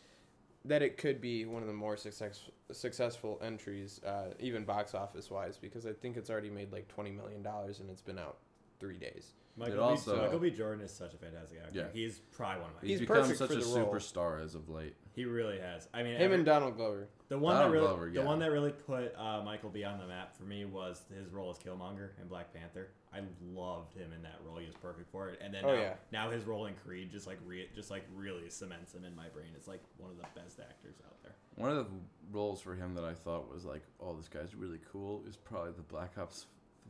Speaker 2: that it could be one of the more success, successful entries, uh, even box office wise, because I think it's already made like twenty million dollars and it's been out three days.
Speaker 3: Michael,
Speaker 1: It
Speaker 3: B.
Speaker 1: also-
Speaker 3: Michael B. Jordan is such a fantastic actor.
Speaker 1: Yeah.
Speaker 3: He's probably one of my.
Speaker 1: he's,
Speaker 2: He's
Speaker 1: become
Speaker 2: perfect
Speaker 1: such
Speaker 2: for
Speaker 1: a
Speaker 2: the role.
Speaker 1: superstar as of late.
Speaker 3: he really has. I mean,
Speaker 2: Him
Speaker 3: every-
Speaker 2: and Donald Glover.
Speaker 3: The one
Speaker 1: Donald
Speaker 3: that really,
Speaker 1: Glover, yeah.
Speaker 3: the one that really put uh, Michael B on the map for me was his role as Killmonger in Black Panther. I loved him in that role; he was perfect for it. And then
Speaker 2: Oh,
Speaker 3: now,
Speaker 2: yeah.
Speaker 3: now his role in Creed just like re- just like really cements him in my brain. It's like one of the best actors out there.
Speaker 1: One of the roles for him that I thought was like, "Oh, this guy's really cool," is probably the Black Ops,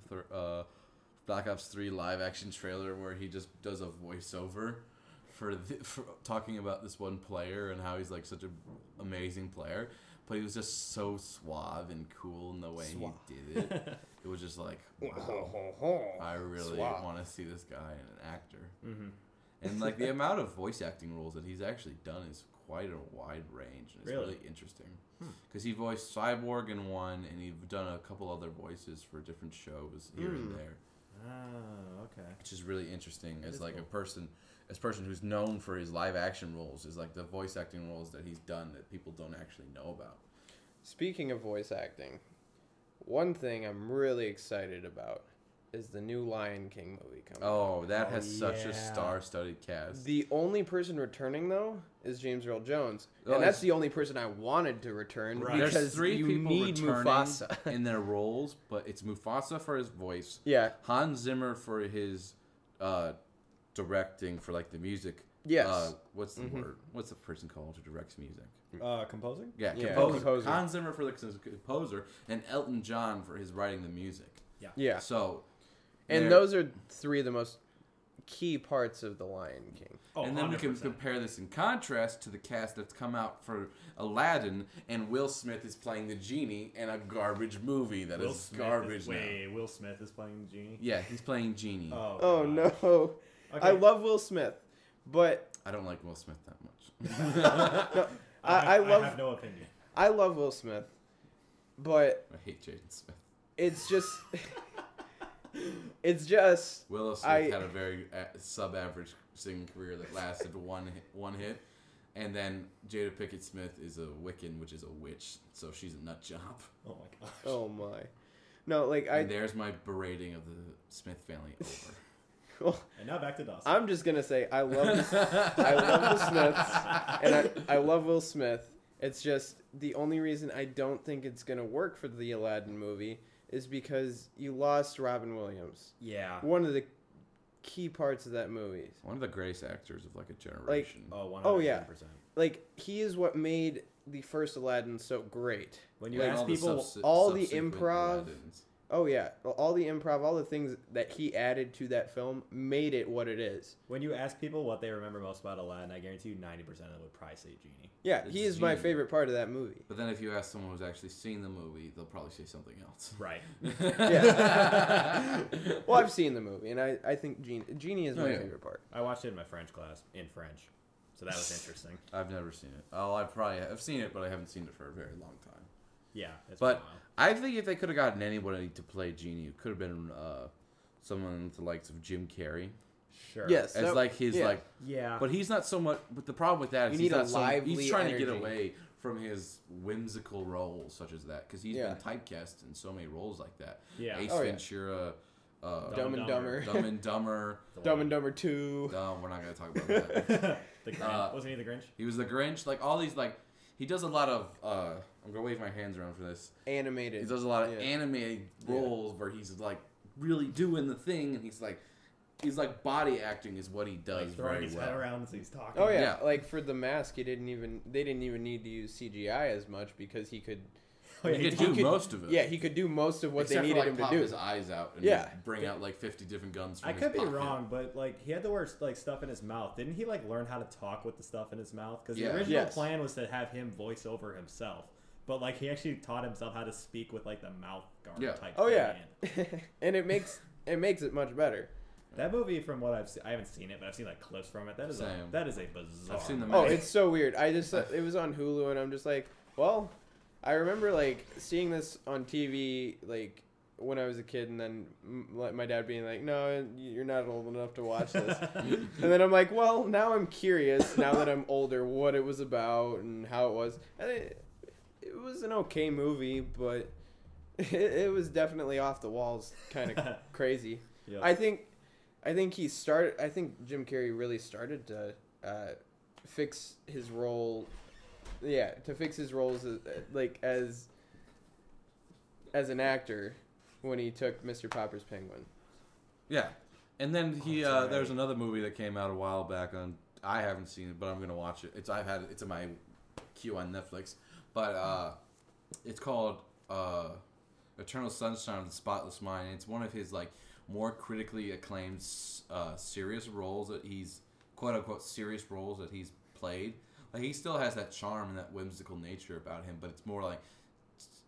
Speaker 1: th- uh, Black Ops Three live action trailer where he just does a voiceover for, th- for talking about this one player and how he's like such an amazing player, but he was just so suave and cool in the way
Speaker 2: Suave.
Speaker 1: he did it. It was just like, wow, I really
Speaker 2: Suave.
Speaker 1: want to see this guy in an actor.
Speaker 3: hmm
Speaker 1: And like the amount of voice acting roles that he's actually done is quite a wide range, and it's
Speaker 3: Really?
Speaker 1: really, interesting.
Speaker 2: Hmm.
Speaker 1: Because he voiced Cyborg in one, and he's done a couple other voices for different shows here and
Speaker 2: Mm.
Speaker 1: there,
Speaker 3: Oh, okay.
Speaker 1: which is really interesting.
Speaker 2: That
Speaker 1: As
Speaker 2: is
Speaker 1: like
Speaker 2: cool.
Speaker 1: a person, as a person who's known for his live action roles, is like the voice acting roles that he's done that people don't actually know about.
Speaker 2: Speaking of voice acting, one thing I'm really excited about is the new Lion King movie coming.
Speaker 1: Oh, that
Speaker 3: Oh,
Speaker 1: has such a
Speaker 3: yeah.
Speaker 1: star-studded cast.
Speaker 2: The only person returning though is James Earl Jones,
Speaker 1: Oh,
Speaker 2: and that's
Speaker 1: it's-
Speaker 2: the only person I wanted to return
Speaker 3: Right.
Speaker 2: because
Speaker 1: There's three
Speaker 2: you
Speaker 1: people
Speaker 2: need
Speaker 1: returning
Speaker 2: Mufasa.
Speaker 1: in their roles, but it's Mufasa for his voice.
Speaker 2: yeah,
Speaker 1: Hans Zimmer for his uh, directing for like the music.
Speaker 2: Yes.
Speaker 1: Uh, what's the
Speaker 2: Mhm.
Speaker 1: word? What's the person called who directs music?
Speaker 3: Uh, composing?
Speaker 1: Yeah,
Speaker 2: Yeah,
Speaker 1: composer.
Speaker 2: composer.
Speaker 1: Hans Zimmer for the composer, and Elton John for his writing the music.
Speaker 2: yeah,
Speaker 1: So,
Speaker 2: and
Speaker 1: there-
Speaker 2: those are three of the most key parts of the Lion King.
Speaker 3: Oh,
Speaker 1: and then we can
Speaker 3: 100%.
Speaker 1: compare this in contrast to the cast that's come out for Aladdin, and Will Smith is playing the genie in a garbage movie that is
Speaker 3: Will Smith
Speaker 1: garbage
Speaker 3: Is,
Speaker 1: now.
Speaker 3: wait, Will Smith is playing the genie.
Speaker 1: Yeah, he's playing genie.
Speaker 3: Oh,
Speaker 2: Oh
Speaker 3: God.
Speaker 2: no,
Speaker 3: Okay.
Speaker 2: I love Will Smith, but
Speaker 1: I don't like Will Smith that much.
Speaker 2: no,
Speaker 3: I,
Speaker 2: I, I
Speaker 3: have,
Speaker 2: love
Speaker 3: I have no opinion.
Speaker 2: I love Will Smith, but
Speaker 1: I hate Jaden Smith.
Speaker 2: it's just it's just
Speaker 1: Willow Smith
Speaker 2: I-
Speaker 1: had a very uh, sub-average singing career that lasted one hit, one hit, and then Jada Pickett Smith is a Wiccan, which is a witch, so she's a nut job.
Speaker 3: Oh my gosh.
Speaker 2: oh my no like
Speaker 1: And
Speaker 2: i
Speaker 1: there's my berating of the Smith family over.
Speaker 3: And now back to Dawson.
Speaker 2: i'm just gonna say i love this- i love the smiths and I, I love will smith it's just the only reason i don't think it's gonna work for the aladdin movie is because you lost robin williams
Speaker 3: yeah.
Speaker 2: one of the key parts of that movie
Speaker 1: One of the greatest actors of like a generation.
Speaker 3: Oh, 110%.
Speaker 2: Oh, yeah. like he is what made the first aladdin so great
Speaker 3: When you
Speaker 1: Like,
Speaker 3: ask
Speaker 1: all the
Speaker 3: people,
Speaker 1: subs-
Speaker 2: all the
Speaker 1: subsequent
Speaker 2: improv.
Speaker 1: Aladdins.
Speaker 2: oh yeah all the improv all the things that he added to that film made it what it is
Speaker 3: when you ask people what they remember most about Aladdin, I guarantee you 90% of them would probably say genie.
Speaker 2: yeah
Speaker 1: It's
Speaker 2: he is my
Speaker 1: genius.
Speaker 2: favorite part of that movie
Speaker 1: But then if you ask someone who's actually seen the movie, they'll probably say something else.
Speaker 3: Right.
Speaker 2: Yeah. Well, I've seen the movie, and I, I think Genie, Genie is my
Speaker 1: Oh, yeah.
Speaker 2: favorite part.
Speaker 3: I watched it in my French class in French, so that was interesting.
Speaker 1: I've never seen it. Oh, I probably have seen it, but I haven't seen it for a very long time.
Speaker 3: Yeah, it's
Speaker 1: But-
Speaker 3: been a while.
Speaker 1: I think if they could have gotten anybody to play Genie, it could have been uh, someone with the likes of Jim Carrey
Speaker 3: sure.
Speaker 2: Yes.
Speaker 1: as
Speaker 2: So-
Speaker 1: like his
Speaker 2: yeah.
Speaker 1: like.
Speaker 3: Yeah.
Speaker 1: But he's not so much. But the problem with that is
Speaker 2: You
Speaker 1: he's
Speaker 2: need a
Speaker 1: not so.
Speaker 2: lively
Speaker 1: He's trying to get
Speaker 2: energy.
Speaker 1: away from his whimsical roles such as that because he's
Speaker 2: Yeah.
Speaker 1: been typecast in so many roles like that.
Speaker 3: yeah.
Speaker 1: Ace
Speaker 2: Oh, yeah.
Speaker 1: Ventura, uh,
Speaker 2: Dumb, and Dumber.
Speaker 1: Dumb and Dumber.
Speaker 2: Dumb and Dumber 2.
Speaker 1: No, we're not gonna talk about that.
Speaker 3: the Grinch.
Speaker 1: Uh,
Speaker 3: Wasn't he the Grinch?
Speaker 1: He was the Grinch. Like all these like. He does a lot of. Uh, I'm gonna wave my hands around for this.
Speaker 2: Animated.
Speaker 1: He does a lot of
Speaker 2: Yeah.
Speaker 1: animated
Speaker 2: Yeah.
Speaker 1: roles where he's like really doing the thing, and he's like, he's like body acting is what he does
Speaker 3: Like throwing
Speaker 1: very
Speaker 3: his head
Speaker 1: well.
Speaker 3: around as he's talking.
Speaker 2: Oh yeah.
Speaker 1: Yeah.
Speaker 2: like for the mask, he didn't even they didn't even need to use CGI as much because he could.
Speaker 3: Oh, yeah,
Speaker 1: He could
Speaker 3: talked-
Speaker 1: do most of it.
Speaker 2: Yeah, he could do most of what
Speaker 1: Except
Speaker 2: they
Speaker 1: for,
Speaker 2: needed
Speaker 1: like,
Speaker 2: him to
Speaker 1: pop
Speaker 2: do.
Speaker 1: his eyes out and
Speaker 2: Yeah.
Speaker 1: bring out like 50 different guns. From
Speaker 3: I
Speaker 1: his
Speaker 3: could be
Speaker 1: pocket.
Speaker 3: wrong, but like he had to wear like stuff in his mouth. Didn't he like learn how to talk with the stuff in his mouth? Because
Speaker 1: Yeah.
Speaker 3: the original
Speaker 2: Yes.
Speaker 3: plan was to have him voice over himself, but like he actually taught himself how to speak with like the mouth guard
Speaker 1: Yeah.
Speaker 3: type.
Speaker 2: oh
Speaker 3: thing.
Speaker 2: yeah, and it makes it makes it much better.
Speaker 3: that movie from what I've seen, I haven't seen it, but I've seen like clips from it. That is a,
Speaker 1: Same.
Speaker 3: that is a bizarre.
Speaker 1: I've seen the
Speaker 2: Oh,
Speaker 1: Right.
Speaker 2: it's so weird. I just it was on Hulu, and I'm just like, well, I remember like seeing this on TV like when I was a kid, and then mm, like, my dad being like, no, you're not old enough to watch this. And then I'm like, well, now I'm curious. Now that I'm older, what it was about and how it was. And it, it was an okay movie, but it, it was definitely off the walls, kind of crazy.
Speaker 3: Yeah.
Speaker 2: I think, I think he started. I think Jim Carrey really started to uh, fix his role. Yeah, to fix his roles as, like as as an actor when he took Mr. Popper's Penguin.
Speaker 1: Yeah. And then he,
Speaker 3: Oh,
Speaker 1: uh,
Speaker 3: sorry.
Speaker 1: there's another movie that came out a while back on. I haven't seen it, but I'm gonna watch it. It's I've had it- it's in my queue on Netflix, but uh, it's called uh, Eternal Sunshine of the Spotless Mind. It's one of his like more critically acclaimed s- uh, serious roles that he's quote unquote serious roles that he's played, like he still has that charm and that whimsical nature about him, but it's more like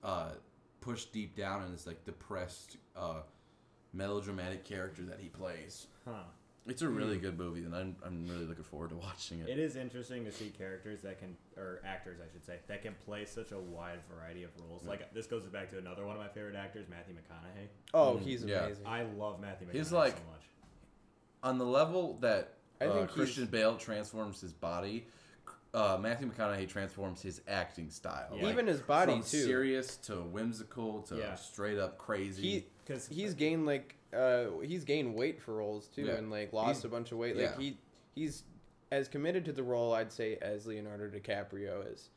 Speaker 1: uh, pushed deep down in this like depressed, uh, melodramatic character that he plays.
Speaker 3: Huh.
Speaker 1: It's a
Speaker 2: Mm.
Speaker 1: really good movie, and I'm I'm really looking forward to watching it.
Speaker 3: It is interesting to see characters that can, or actors, I should say, that can play such a wide variety of roles. Like this goes back to another one of my favorite actors, Matthew McConaughey.
Speaker 2: Oh,
Speaker 1: Mm,
Speaker 2: he's
Speaker 1: yeah.
Speaker 2: amazing.
Speaker 3: I love Matthew McConaughey
Speaker 1: He's like-
Speaker 3: so much.
Speaker 1: On the level that
Speaker 2: I
Speaker 1: uh,
Speaker 2: think he's-
Speaker 1: Christian Bale transforms his body, uh, Matthew McConaughey transforms his acting style.
Speaker 3: Yeah.
Speaker 2: Even his body,
Speaker 1: from
Speaker 2: too.
Speaker 1: serious to whimsical to
Speaker 3: Yeah.
Speaker 1: straight up crazy.
Speaker 2: He
Speaker 3: Because
Speaker 2: he's gained like uh he's gained weight for roles too
Speaker 1: Yeah.
Speaker 2: and like lost
Speaker 1: He's-
Speaker 2: a bunch of weight. Like
Speaker 1: yeah.
Speaker 2: he he's as committed to the role I'd say as Leonardo DiCaprio is.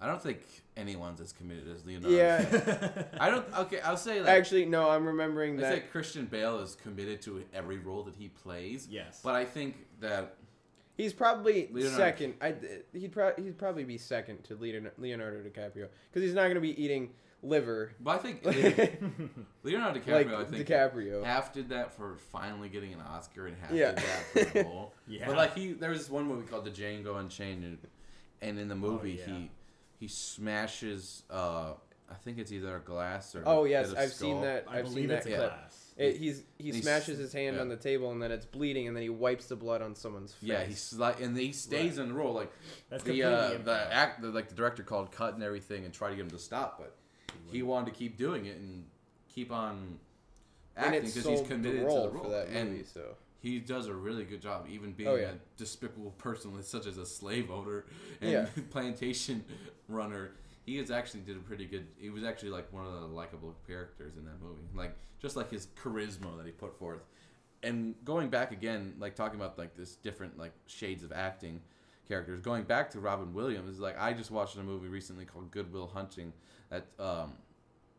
Speaker 1: I don't think anyone's as committed as Leonardo.
Speaker 2: Yeah.
Speaker 1: I don't. Okay, I'll say like
Speaker 2: Actually, no, I'm remembering
Speaker 1: I
Speaker 2: that.
Speaker 1: say Christian Bale is committed to every role that he plays.
Speaker 3: Yes.
Speaker 1: But I think that
Speaker 2: He's probably
Speaker 1: Leonardo-
Speaker 2: second. I he'd pro- he'd probably be second to Leonardo, Leonardo DiCaprio because he's not going to be eating liver
Speaker 1: but I think
Speaker 2: like
Speaker 1: Leonardo DiCaprio I think
Speaker 2: DiCaprio.
Speaker 1: half did that for finally getting an Oscar and half
Speaker 2: Yeah.
Speaker 1: did that for the role.
Speaker 3: Yeah.
Speaker 1: But like he there was this one movie called The Django Unchained and, and in the movie
Speaker 3: Oh, yeah.
Speaker 1: he he smashes uh I think it's either a glass or
Speaker 2: Oh
Speaker 1: a
Speaker 2: yes,
Speaker 1: bit of
Speaker 2: I've
Speaker 1: skull.
Speaker 2: seen that.
Speaker 3: I
Speaker 2: I've
Speaker 3: believe
Speaker 2: seen that
Speaker 3: it's a
Speaker 2: clip.
Speaker 3: class.
Speaker 2: It, he's he
Speaker 1: He's-
Speaker 2: smashes his hand
Speaker 1: yeah.
Speaker 2: on the table and then it's bleeding and then he wipes the blood on someone's face.
Speaker 1: Yeah, he's like, and he stays in the role. Like
Speaker 3: That's
Speaker 1: the
Speaker 3: completely
Speaker 1: uh,
Speaker 3: improv.
Speaker 1: the act, the, like the director called cut and everything, and tried to get him to stop, but he wanted to keep doing it and keep on
Speaker 2: and
Speaker 1: acting
Speaker 2: it's
Speaker 1: because
Speaker 2: sold
Speaker 1: he's committed
Speaker 2: the role
Speaker 1: to the role.
Speaker 2: for that
Speaker 1: and
Speaker 2: movie. So
Speaker 1: he does a really good job, even being
Speaker 2: Oh, yeah.
Speaker 1: a despicable person such as a slave owner and
Speaker 2: Yeah.
Speaker 1: plantation runner. He has actually did a pretty good. He was actually like one of the likable characters in that movie. Like just like his charisma that he put forth. And going back again, like talking about like this different like shades of acting characters. Going back to Robin Williams, like I just watched a movie recently called Goodwill Hunting that um,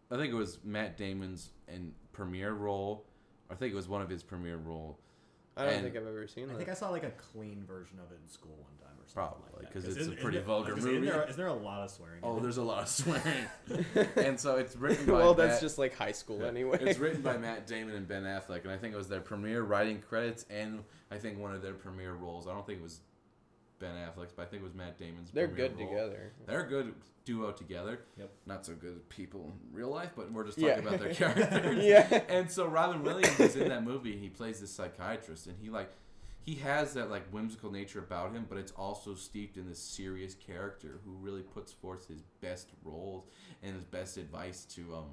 Speaker 1: I think it was Matt Damon's and premiere role. I think it was one of his premiere role
Speaker 2: I don't
Speaker 1: and-
Speaker 2: think I've ever seen
Speaker 3: I
Speaker 2: that.
Speaker 3: think I saw like a clean version of it in school one time or something.
Speaker 1: Probably,
Speaker 3: like that.
Speaker 1: 'cause it's
Speaker 3: isn't-
Speaker 1: a pretty
Speaker 3: isn't-
Speaker 1: vulgar
Speaker 3: I was gonna say, Isn't there,
Speaker 1: movie.
Speaker 3: is there a lot of swearing? in
Speaker 1: Oh,
Speaker 3: it?
Speaker 1: there's a lot of swearing, and so it's written. By
Speaker 2: well, that's
Speaker 1: Matt-
Speaker 2: just like high school anyway.
Speaker 1: It's written by Matt Damon and Ben Affleck, and I think it was their premiere writing credits, and I think one of their premiere roles. I don't think it was Ben Affleck's, but I think it was Matt Damon's.
Speaker 2: They're
Speaker 1: premiere
Speaker 2: good
Speaker 1: role.
Speaker 2: together.
Speaker 1: They're a good duo together.
Speaker 3: Yep.
Speaker 1: Not so good people in real life, but we're just talking
Speaker 2: Yeah.
Speaker 1: about their characters.
Speaker 2: Yeah.
Speaker 1: And so Robin Williams is in that movie and he plays this psychiatrist and he like he has that like whimsical nature about him, but it's also steeped in this serious character who really puts forth his best roles and his best advice to um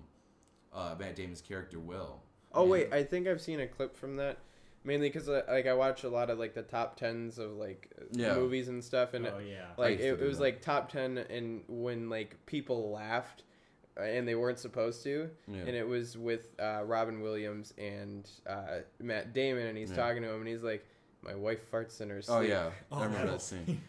Speaker 1: uh, Matt Damon's character Will.
Speaker 2: Oh
Speaker 1: And-
Speaker 2: wait, I think I've seen a clip from that. Mainly because like I watch a lot of like the top tens of like
Speaker 1: Yeah.
Speaker 2: movies and stuff, and
Speaker 3: oh yeah.
Speaker 1: I
Speaker 2: like
Speaker 1: used to
Speaker 2: it, it
Speaker 1: do
Speaker 2: was
Speaker 1: that.
Speaker 2: like top 10 and when like people laughed uh, and they weren't supposed to
Speaker 1: Yeah.
Speaker 2: and it was with uh, robin williams and uh, matt damon and he's
Speaker 1: Yeah.
Speaker 2: talking to him and he's like my wife farts in her sleep
Speaker 1: Oh yeah,
Speaker 3: Oh,
Speaker 1: I remember that
Speaker 3: that's-
Speaker 1: scene.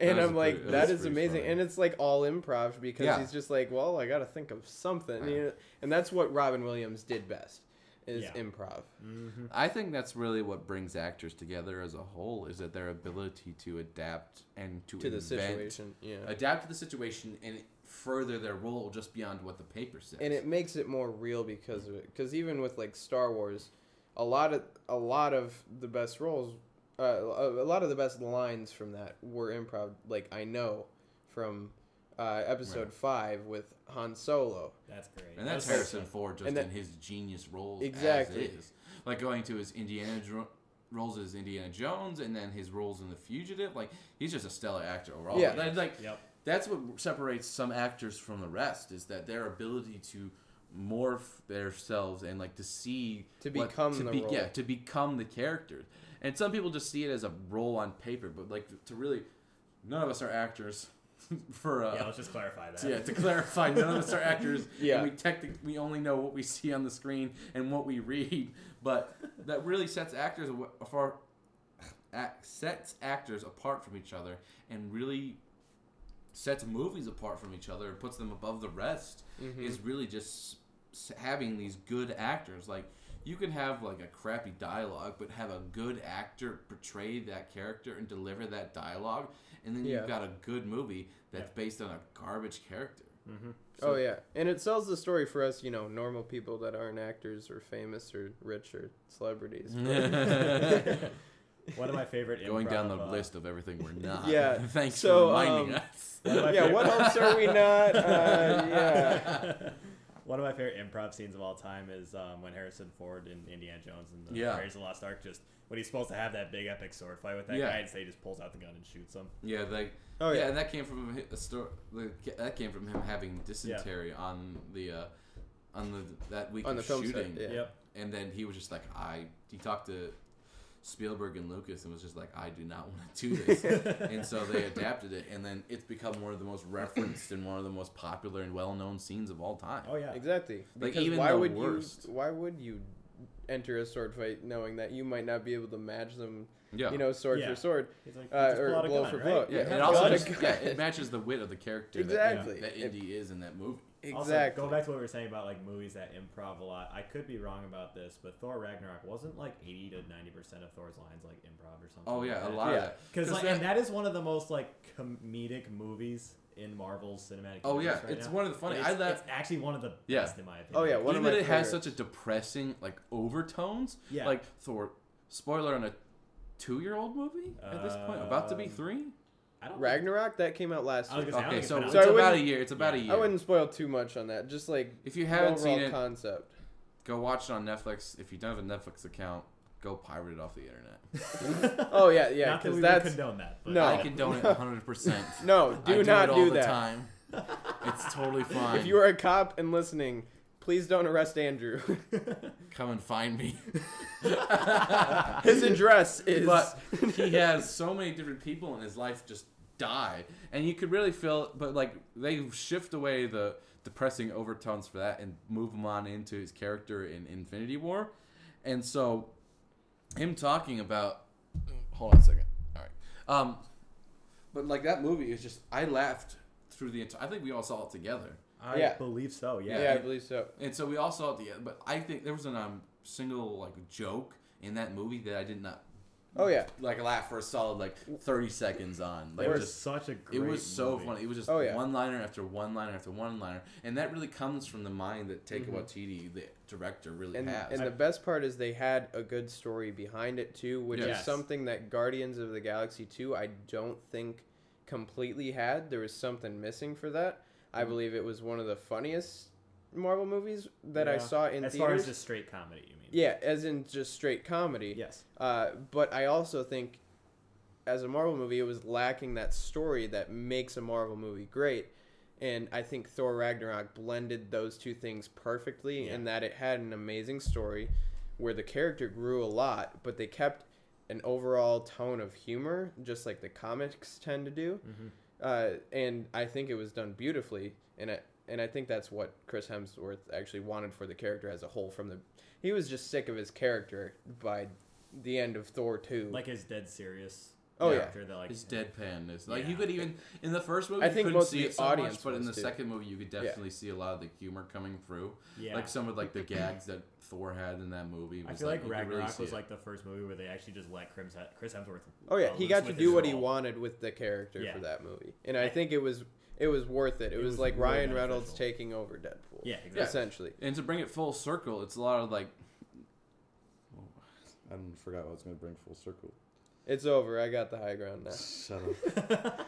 Speaker 2: and
Speaker 1: that was
Speaker 2: i'm
Speaker 1: a
Speaker 2: like
Speaker 1: pretty- that
Speaker 2: that
Speaker 1: was
Speaker 2: is
Speaker 1: pretty
Speaker 2: amazing
Speaker 1: funny.
Speaker 2: and it's like all improv because
Speaker 1: Yeah.
Speaker 2: he's just like well i gotta think of something
Speaker 1: Yeah.
Speaker 2: you know? and that's what robin williams did best is
Speaker 3: Yeah.
Speaker 2: improv
Speaker 3: Mhm.
Speaker 1: I think that's really what brings actors together as a whole is that their ability to adapt and to,
Speaker 2: to the
Speaker 1: invent
Speaker 2: situation yeah
Speaker 1: adapt to the situation and further their role just beyond what the paper says.
Speaker 2: and it makes it more real because of it. Because even with like Star Wars, a lot of a lot of the best roles, uh, a a lot of the best lines from that were improv. Like I know from uh, Episode
Speaker 1: Right.
Speaker 2: Five with Han Solo.
Speaker 3: That's great.
Speaker 1: and that's
Speaker 3: That was-
Speaker 1: Harrison Ford just
Speaker 2: and that-
Speaker 1: in his genius roles
Speaker 2: Exactly.
Speaker 1: as is. Like going to his Indiana Dro- roles as Indiana Jones and then his roles in The Fugitive. Like he's just a stellar actor overall.
Speaker 2: Yeah.
Speaker 1: That- like
Speaker 3: Yep.
Speaker 1: that's what separates some actors from the rest is that their ability to morph themselves and like to see
Speaker 2: To
Speaker 1: what-
Speaker 2: become
Speaker 1: to
Speaker 2: the
Speaker 1: be,
Speaker 2: role.
Speaker 1: yeah to become the character and some people just see it as a role on paper but like to really none of us are actors for uh,
Speaker 3: Yeah. Let's just clarify that.
Speaker 1: so, yeah, to clarify, none of us are actors.
Speaker 2: Yeah.
Speaker 1: And we technically we only know what we see on the screen and what we read, but that really sets actors awa- far ac- sets actors apart from each other and really sets movies apart from each other and puts them above the rest
Speaker 2: Mm-hmm.
Speaker 1: is
Speaker 2: Hmm.
Speaker 1: really just s- having these good actors like you can have like a crappy dialogue but have a good actor portray that character and deliver that dialogue and then
Speaker 2: Yeah.
Speaker 1: you've got a good movie that's based on a garbage character
Speaker 2: oh yeah, and it sells the story for us, you know, normal people that aren't actors or famous or rich or celebrities.
Speaker 3: One of my favorite
Speaker 1: Going down the
Speaker 3: improv, uh,
Speaker 1: list of everything we're not.
Speaker 2: Yeah,
Speaker 1: Thanks
Speaker 2: so,
Speaker 1: for reminding
Speaker 2: um,
Speaker 1: us.
Speaker 3: one of my
Speaker 2: yeah, what
Speaker 3: favorite-
Speaker 2: else are we not? Uh, yeah.
Speaker 3: One of my favorite improv scenes of all time is um, when Harrison Ford in Indiana Jones and the
Speaker 1: Yeah.
Speaker 3: Raiders of the Lost Ark just when he's supposed to have that big epic sword fight with that
Speaker 1: Yeah.
Speaker 3: guy, and so he just pulls out the gun and shoots him.
Speaker 1: Yeah, like
Speaker 2: Oh,
Speaker 1: yeah,
Speaker 2: yeah.
Speaker 1: that came from hi- a story. That came from him having dysentery on the uh, on the that week
Speaker 2: On the
Speaker 1: of
Speaker 2: film set,
Speaker 1: shooting,
Speaker 2: yeah.
Speaker 3: Yep.
Speaker 1: and then he was just like, I. He talked to Spielberg and Lucas and was just like, I do not want to do this, and so they adapted it, and then it's become one of the most referenced and one of the most popular and well known scenes of all time.
Speaker 3: Oh yeah.
Speaker 2: Exactly.
Speaker 1: Like,
Speaker 2: Because
Speaker 1: even
Speaker 2: why
Speaker 1: the
Speaker 2: would
Speaker 1: worst.
Speaker 2: you? Why would you enter a sword fight knowing that you might not be able to match them?
Speaker 1: yeah.
Speaker 2: You know, sword
Speaker 3: Yeah.
Speaker 2: for sword.
Speaker 3: He's like,
Speaker 2: Uh,
Speaker 3: just
Speaker 2: or
Speaker 3: pull out a
Speaker 2: blow
Speaker 3: gun,
Speaker 2: for
Speaker 3: right?
Speaker 2: blow.
Speaker 1: Yeah,
Speaker 2: Yeah,
Speaker 1: it also
Speaker 2: God.
Speaker 1: just, yeah, it matches the wit of the character
Speaker 2: Exactly.
Speaker 1: that, that
Speaker 2: It-
Speaker 1: Indy is in that movie.
Speaker 2: Exactly.
Speaker 3: Also, go back to what we were saying about like movies that improv a lot. I could be wrong about this, but Thor Ragnarok wasn't like eighty to ninety percent of Thor's lines like improv or something.
Speaker 1: Oh yeah, a
Speaker 3: like
Speaker 1: lot
Speaker 2: Yeah.
Speaker 1: of that.
Speaker 3: Because like,
Speaker 1: that-
Speaker 3: and that is one of the most like comedic movies in Marvel's cinematic.
Speaker 1: Oh
Speaker 3: universe
Speaker 1: yeah,
Speaker 3: right
Speaker 1: it's
Speaker 3: now.
Speaker 1: one of the funny.
Speaker 3: It's,
Speaker 1: I laugh.
Speaker 3: it's actually one of the
Speaker 1: Yeah.
Speaker 3: best in my opinion.
Speaker 2: Oh, yeah, one of
Speaker 1: Even
Speaker 2: my
Speaker 1: it has
Speaker 2: favorites.
Speaker 1: such a depressing like overtones.
Speaker 3: Yeah.
Speaker 1: Like Thor, spoiler on a two-year-old movie at this point, about to be
Speaker 3: Um,
Speaker 1: three.
Speaker 3: I don't think-
Speaker 2: Ragnarok that came out last
Speaker 3: I was
Speaker 2: year.
Speaker 3: gonna say, I
Speaker 1: Okay,
Speaker 3: don't
Speaker 1: so
Speaker 3: think
Speaker 1: it's
Speaker 2: So I
Speaker 1: about a
Speaker 2: wouldn't-
Speaker 1: year. It's about a
Speaker 2: I
Speaker 1: year.
Speaker 2: wouldn't spoil too much on that. Just like
Speaker 1: If you
Speaker 2: the
Speaker 1: haven't
Speaker 2: overall
Speaker 1: seen it,
Speaker 2: concept.
Speaker 1: go watch it on Netflix. If you don't have a Netflix account, go pirate it off the internet.
Speaker 3: it's about.
Speaker 2: Oh yeah, yeah.
Speaker 3: Not that
Speaker 2: Because
Speaker 3: we would
Speaker 2: that's
Speaker 3: condone that. But
Speaker 2: No.
Speaker 1: I condone it 100. percent
Speaker 2: no. Do
Speaker 1: I do
Speaker 2: not
Speaker 1: it all
Speaker 2: do
Speaker 1: the
Speaker 2: that.
Speaker 1: time. It's totally fine.
Speaker 2: If you are a cop and listening, please don't arrest Andrew.
Speaker 1: come and find me.
Speaker 2: His address is.
Speaker 1: but he has so many different people in his life just die and you could really feel but like they shift away the depressing overtones for that and move him on into his character in infinity war and so him talking about hold on a second all right um but like that movie is just i laughed through the entire i think we all saw it together
Speaker 3: I
Speaker 2: Yeah.
Speaker 3: believe so. Yeah.
Speaker 2: yeah, I believe so.
Speaker 1: and so we all saw it together but i think there was an um single like joke in that movie that i did not
Speaker 2: Oh yeah.
Speaker 1: like laugh for a solid like 30 seconds on like
Speaker 3: It was
Speaker 1: just
Speaker 3: such a great.
Speaker 1: it was so
Speaker 3: movie.
Speaker 1: funny it was just
Speaker 2: Oh, yeah.
Speaker 1: one liner after one liner after one liner and that really comes from the mind that Taika Waititi the director really
Speaker 2: Mm-hmm. And,
Speaker 1: has
Speaker 2: and the best part is they had a good story behind it too, which
Speaker 1: Yes.
Speaker 2: is something that Guardians of the Galaxy 2 I don't think completely had. There was something missing for that.
Speaker 1: Mm-hmm.
Speaker 2: I believe it was one of the funniest Marvel movies that I
Speaker 3: Yeah.
Speaker 2: saw in
Speaker 3: as
Speaker 2: theaters.
Speaker 3: far as just straight comedy. You mean?
Speaker 2: yeah, as in just straight comedy.
Speaker 3: Yes.
Speaker 2: Uh, but I also think, as a Marvel movie, it was lacking that story that makes a Marvel movie great. And I think Thor Ragnarok blended those two things perfectly in that it had an amazing story where the character grew a lot, but they kept an overall tone of humor, just like the comics tend to do. Uh, and I think it was done beautifully. And I, and I think that's what Chris Hemsworth actually wanted for the character as a whole. From the, he was just sick of his character by the end of Thor two.
Speaker 3: Like his dead serious.
Speaker 2: Oh, yeah.
Speaker 3: character That like
Speaker 1: his deadpanness like you
Speaker 3: Yeah.
Speaker 1: could even in the first movie
Speaker 2: I
Speaker 1: you
Speaker 2: think
Speaker 1: couldn't
Speaker 2: most of
Speaker 1: see
Speaker 2: the
Speaker 1: it so
Speaker 2: audience
Speaker 1: much, but in the
Speaker 2: was, too.
Speaker 1: second movie you could definitely see a lot of the humor coming through
Speaker 3: Yeah.
Speaker 1: like some of like the gags that Thor had in that movie
Speaker 3: I
Speaker 1: was
Speaker 3: feel like,
Speaker 1: you could really
Speaker 3: Ragnarok
Speaker 1: see
Speaker 3: was
Speaker 1: it.
Speaker 3: like the first movie where they actually just let Chris Chris Hemsworth.
Speaker 2: oh yeah,
Speaker 3: uh,
Speaker 2: he
Speaker 3: loose
Speaker 2: got to
Speaker 3: with
Speaker 2: do
Speaker 3: his
Speaker 2: what he
Speaker 3: role.
Speaker 2: wanted with the character
Speaker 3: Yeah.
Speaker 2: for that movie, and I think it was it was worth it. It,
Speaker 3: It
Speaker 2: was,
Speaker 3: was
Speaker 2: like
Speaker 3: really
Speaker 2: Ryan Reynolds
Speaker 3: beneficial.
Speaker 2: taking over Deadpool.
Speaker 3: Yeah, exactly.
Speaker 2: essentially.
Speaker 1: And to bring it full circle, it's a lot of like. I forgot what I was going to bring full circle.
Speaker 2: It's over. I got the high ground now.
Speaker 1: Shut up.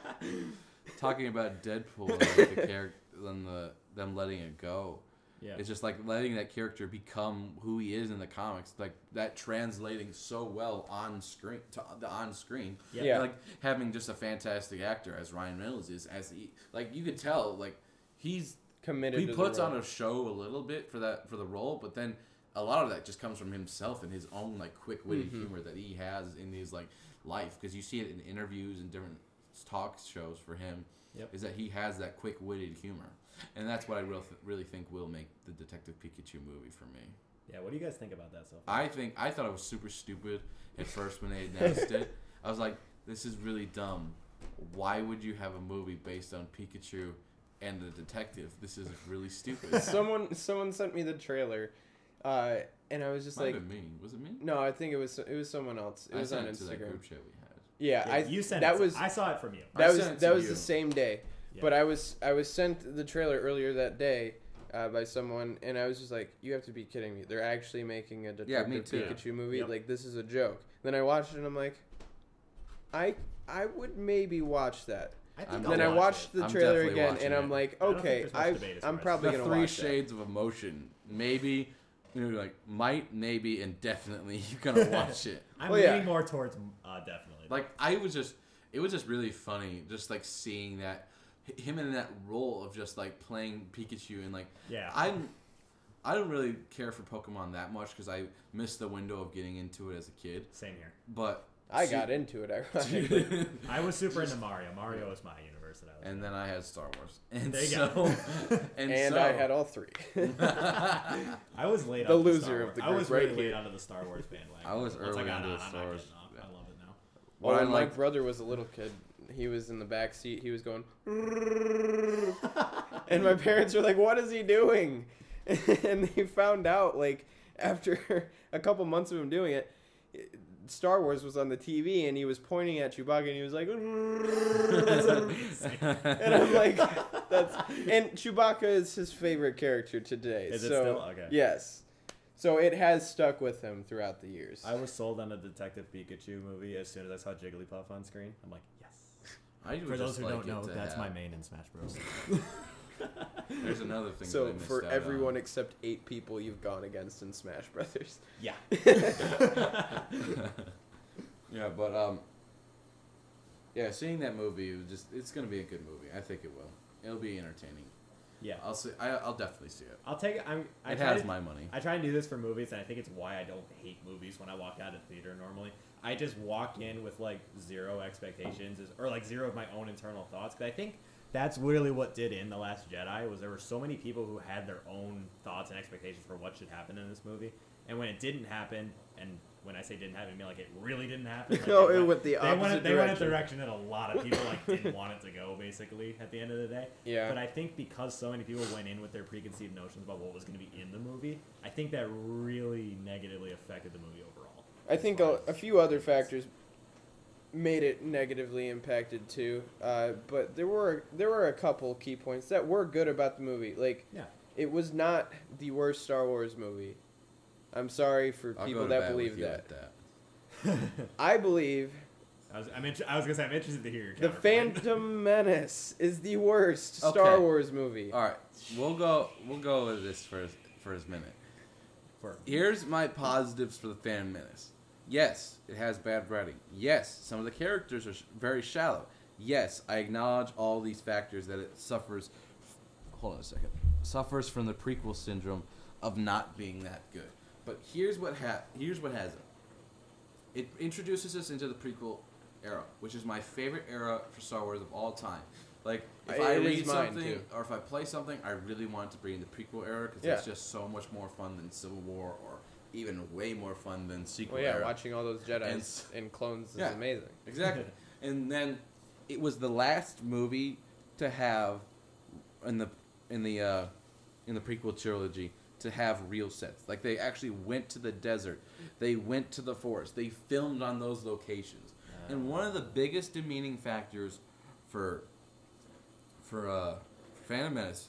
Speaker 1: Talking about Deadpool and like the character, then the them letting it go.
Speaker 3: Yeah.
Speaker 1: It's just like letting that character become who he is in the comics, like that translating so well on screen to the on screen.
Speaker 3: Yeah.
Speaker 1: And,
Speaker 2: Yeah.
Speaker 1: like having just a fantastic actor as Ryan Reynolds is, as he like you could tell like he's
Speaker 2: Committed.
Speaker 1: he
Speaker 2: to
Speaker 1: puts
Speaker 2: the
Speaker 1: on a show a little bit for that for the role, but then a lot of that just comes from himself and his own like quick witted humor that he has in his like life because you see it in interviews and different talk shows for him
Speaker 3: Yep.
Speaker 1: is that he has that quick witted humor, and that's what I real really think will make the Detective Pikachu movie for me.
Speaker 3: yeah. What do you guys think about that so far?
Speaker 1: I think I thought it was super stupid at first when they announced it. I was like, this is really dumb. Why would you have a movie based on Pikachu and the detective? This is really stupid.
Speaker 2: someone someone sent me the trailer, uh, and I was just
Speaker 1: Might
Speaker 2: like,
Speaker 1: have been me. Was it me?
Speaker 2: no, I think it was it was someone else. It
Speaker 1: I
Speaker 2: was on
Speaker 1: sent it to that
Speaker 2: Instagram.
Speaker 1: group chat we had.
Speaker 2: Yeah,
Speaker 3: Yeah,
Speaker 2: I
Speaker 3: you sent
Speaker 2: that
Speaker 3: it.
Speaker 2: was
Speaker 3: I saw it from you.
Speaker 1: I
Speaker 2: that was
Speaker 1: sent it to
Speaker 2: that was
Speaker 1: you.
Speaker 2: the same day.
Speaker 3: Yeah.
Speaker 2: But I was I was sent the trailer earlier that day uh, by someone, and I was just like, "You have to be kidding me! They're actually making a
Speaker 1: Yeah,
Speaker 2: Detective
Speaker 1: me too.
Speaker 2: Pikachu movie.
Speaker 3: Yep.
Speaker 2: Like this is a joke. Then I watched it and I'm like, I I would maybe watch that.
Speaker 3: I
Speaker 1: I'm-
Speaker 2: then I
Speaker 1: I'll watch
Speaker 2: watched
Speaker 1: it.
Speaker 2: the
Speaker 1: I'm
Speaker 2: trailer
Speaker 1: definitely
Speaker 2: again
Speaker 1: watching
Speaker 2: and I'm
Speaker 1: it.
Speaker 2: like,
Speaker 3: I don't think
Speaker 2: okay,
Speaker 3: there's much
Speaker 2: I
Speaker 3: debate as
Speaker 2: I'm
Speaker 3: far as
Speaker 2: probably
Speaker 1: the
Speaker 2: gonna
Speaker 1: three
Speaker 2: watch that.
Speaker 1: shades of emotion. Maybe, you know, like might, maybe, and definitely. You're gonna watch it.
Speaker 3: I'm
Speaker 2: Well, oh, yeah.
Speaker 3: leaning more towards uh, definitely.
Speaker 1: Like I was just, it was just really funny, just like seeing that h- him in that role of just like playing Pikachu and like
Speaker 3: Yeah.
Speaker 1: I'm. I don't really care for Pokemon that much because I missed the window of getting into it as a kid.
Speaker 3: Same here.
Speaker 1: But
Speaker 2: I got into it. Ironically.
Speaker 1: it.
Speaker 3: I was super into Mario. Mario was my universe that I was.
Speaker 1: and then I had Star Wars. And
Speaker 3: There you
Speaker 1: so,
Speaker 3: go.
Speaker 1: and,
Speaker 2: and
Speaker 1: so,
Speaker 2: I had all three.
Speaker 1: I
Speaker 3: in. I was late.
Speaker 2: The
Speaker 3: onto
Speaker 2: loser
Speaker 3: Star
Speaker 2: of
Speaker 3: Wars.
Speaker 2: the
Speaker 3: I was
Speaker 2: group,
Speaker 3: really
Speaker 2: right
Speaker 3: late
Speaker 2: here.
Speaker 3: onto the Star Wars bandwagon.
Speaker 1: I was
Speaker 3: Once
Speaker 1: early
Speaker 3: I got
Speaker 1: onto
Speaker 3: on,
Speaker 1: the
Speaker 3: I'm
Speaker 1: Star
Speaker 3: not
Speaker 1: Wars,
Speaker 3: getting off.
Speaker 1: yeah.
Speaker 3: I love it now.
Speaker 1: What
Speaker 2: well,
Speaker 1: I
Speaker 2: when my
Speaker 1: liked-
Speaker 2: brother was a little kid, he was in the back seat. He was going, and my parents were like, "What is he doing?" and they found out like after a couple months of him doing it. Star Wars was on the TV and he was pointing at Chewbacca and he was like, and I'm like, that's and Chewbacca is his favorite character today.
Speaker 3: Is
Speaker 2: so
Speaker 3: it still? Okay.
Speaker 2: yes, so it has stuck with him throughout the years.
Speaker 3: I was sold on a Detective Pikachu movie as soon as I saw Jigglypuff on screen. I'm like, yes.
Speaker 1: would
Speaker 3: For those
Speaker 1: just
Speaker 3: who
Speaker 1: like
Speaker 3: don't
Speaker 1: it
Speaker 3: know,
Speaker 1: to
Speaker 3: that's
Speaker 1: have-
Speaker 3: my main in Smash Bros.
Speaker 1: There's another thing. that I
Speaker 2: So
Speaker 1: missed
Speaker 2: for
Speaker 1: out
Speaker 2: everyone
Speaker 1: on.
Speaker 2: except eight people you've gone against in Smash Brothers.
Speaker 3: yeah.
Speaker 1: yeah, but um, yeah, seeing that movie, it was just it's gonna be a good movie. I think it will. It'll be entertaining.
Speaker 3: Yeah.
Speaker 1: I'll see. I, I'll definitely see it.
Speaker 3: I'll take. I'm. I
Speaker 1: It
Speaker 3: try
Speaker 1: has
Speaker 3: to-
Speaker 1: my money.
Speaker 3: I try and do this for movies, and I think it's why I don't hate movies when I walk out of theater normally. I just walk in with like zero expectations is- or like zero of my own internal thoughts because I think that's really what did in the Last Jedi was there were so many people who had their own thoughts and expectations for what should happen in this movie, and when it didn't happen, and when I say didn't happen, I mean like it really didn't happen. like,
Speaker 2: No,
Speaker 3: they
Speaker 2: it went the
Speaker 3: they
Speaker 2: opposite
Speaker 3: Went, they went a
Speaker 2: direction.
Speaker 3: direction that a lot of people like didn't want it to go. Basically, at the end of the day.
Speaker 2: Yeah.
Speaker 3: But I think because so many people went in with their preconceived notions about what was going to be in the movie, I think that really negatively affected the movie overall.
Speaker 2: I think a, a few other factors made it negatively impacted too, uh, but there were there were a couple key points that were good about the movie. Like
Speaker 3: Yeah.
Speaker 2: it was not the worst Star Wars movie. I'm sorry for
Speaker 1: I'll
Speaker 2: people
Speaker 1: go to
Speaker 2: that
Speaker 1: bat with
Speaker 2: believe
Speaker 1: you with
Speaker 2: that.
Speaker 1: that.
Speaker 2: I believe
Speaker 3: I was, I'm int- I was going to say, I'm interested to hear your
Speaker 2: The
Speaker 3: counterpoint.
Speaker 2: Phantom Menace is the worst
Speaker 1: Okay.
Speaker 2: Star Wars movie.
Speaker 1: All right, we'll go. We'll go with this for for his minute.
Speaker 3: For-
Speaker 1: Here's my positives for the Phantom Menace. Yes, it has bad writing. Yes, some of the characters are sh- very shallow. Yes, I acknowledge all these factors that it suffers. Hold on a second. Suffers from the prequel syndrome of not being that good. But here's what ha- here's what has it. It introduces us into the prequel era, which is my favorite era for Star Wars of all time. Like if
Speaker 2: It
Speaker 1: I
Speaker 2: is
Speaker 1: read
Speaker 2: mine,
Speaker 1: something
Speaker 2: too.
Speaker 1: or if I play something, I really want it to be in the prequel era because
Speaker 2: Yeah.
Speaker 1: it's just so much more fun than Civil War, or even way more fun than sequel
Speaker 2: Well, yeah,
Speaker 1: era.
Speaker 2: watching all those Jedi
Speaker 1: And
Speaker 2: and,
Speaker 1: s-
Speaker 2: clones is
Speaker 1: Yeah.
Speaker 2: amazing.
Speaker 1: Exactly. and then it was the last movie to have in the in the uh, in the prequel trilogy to have real sets. Like they actually went to the desert. They went to the forest. They filmed on those locations. and one of the biggest demeaning factors for for uh, Phantom Menace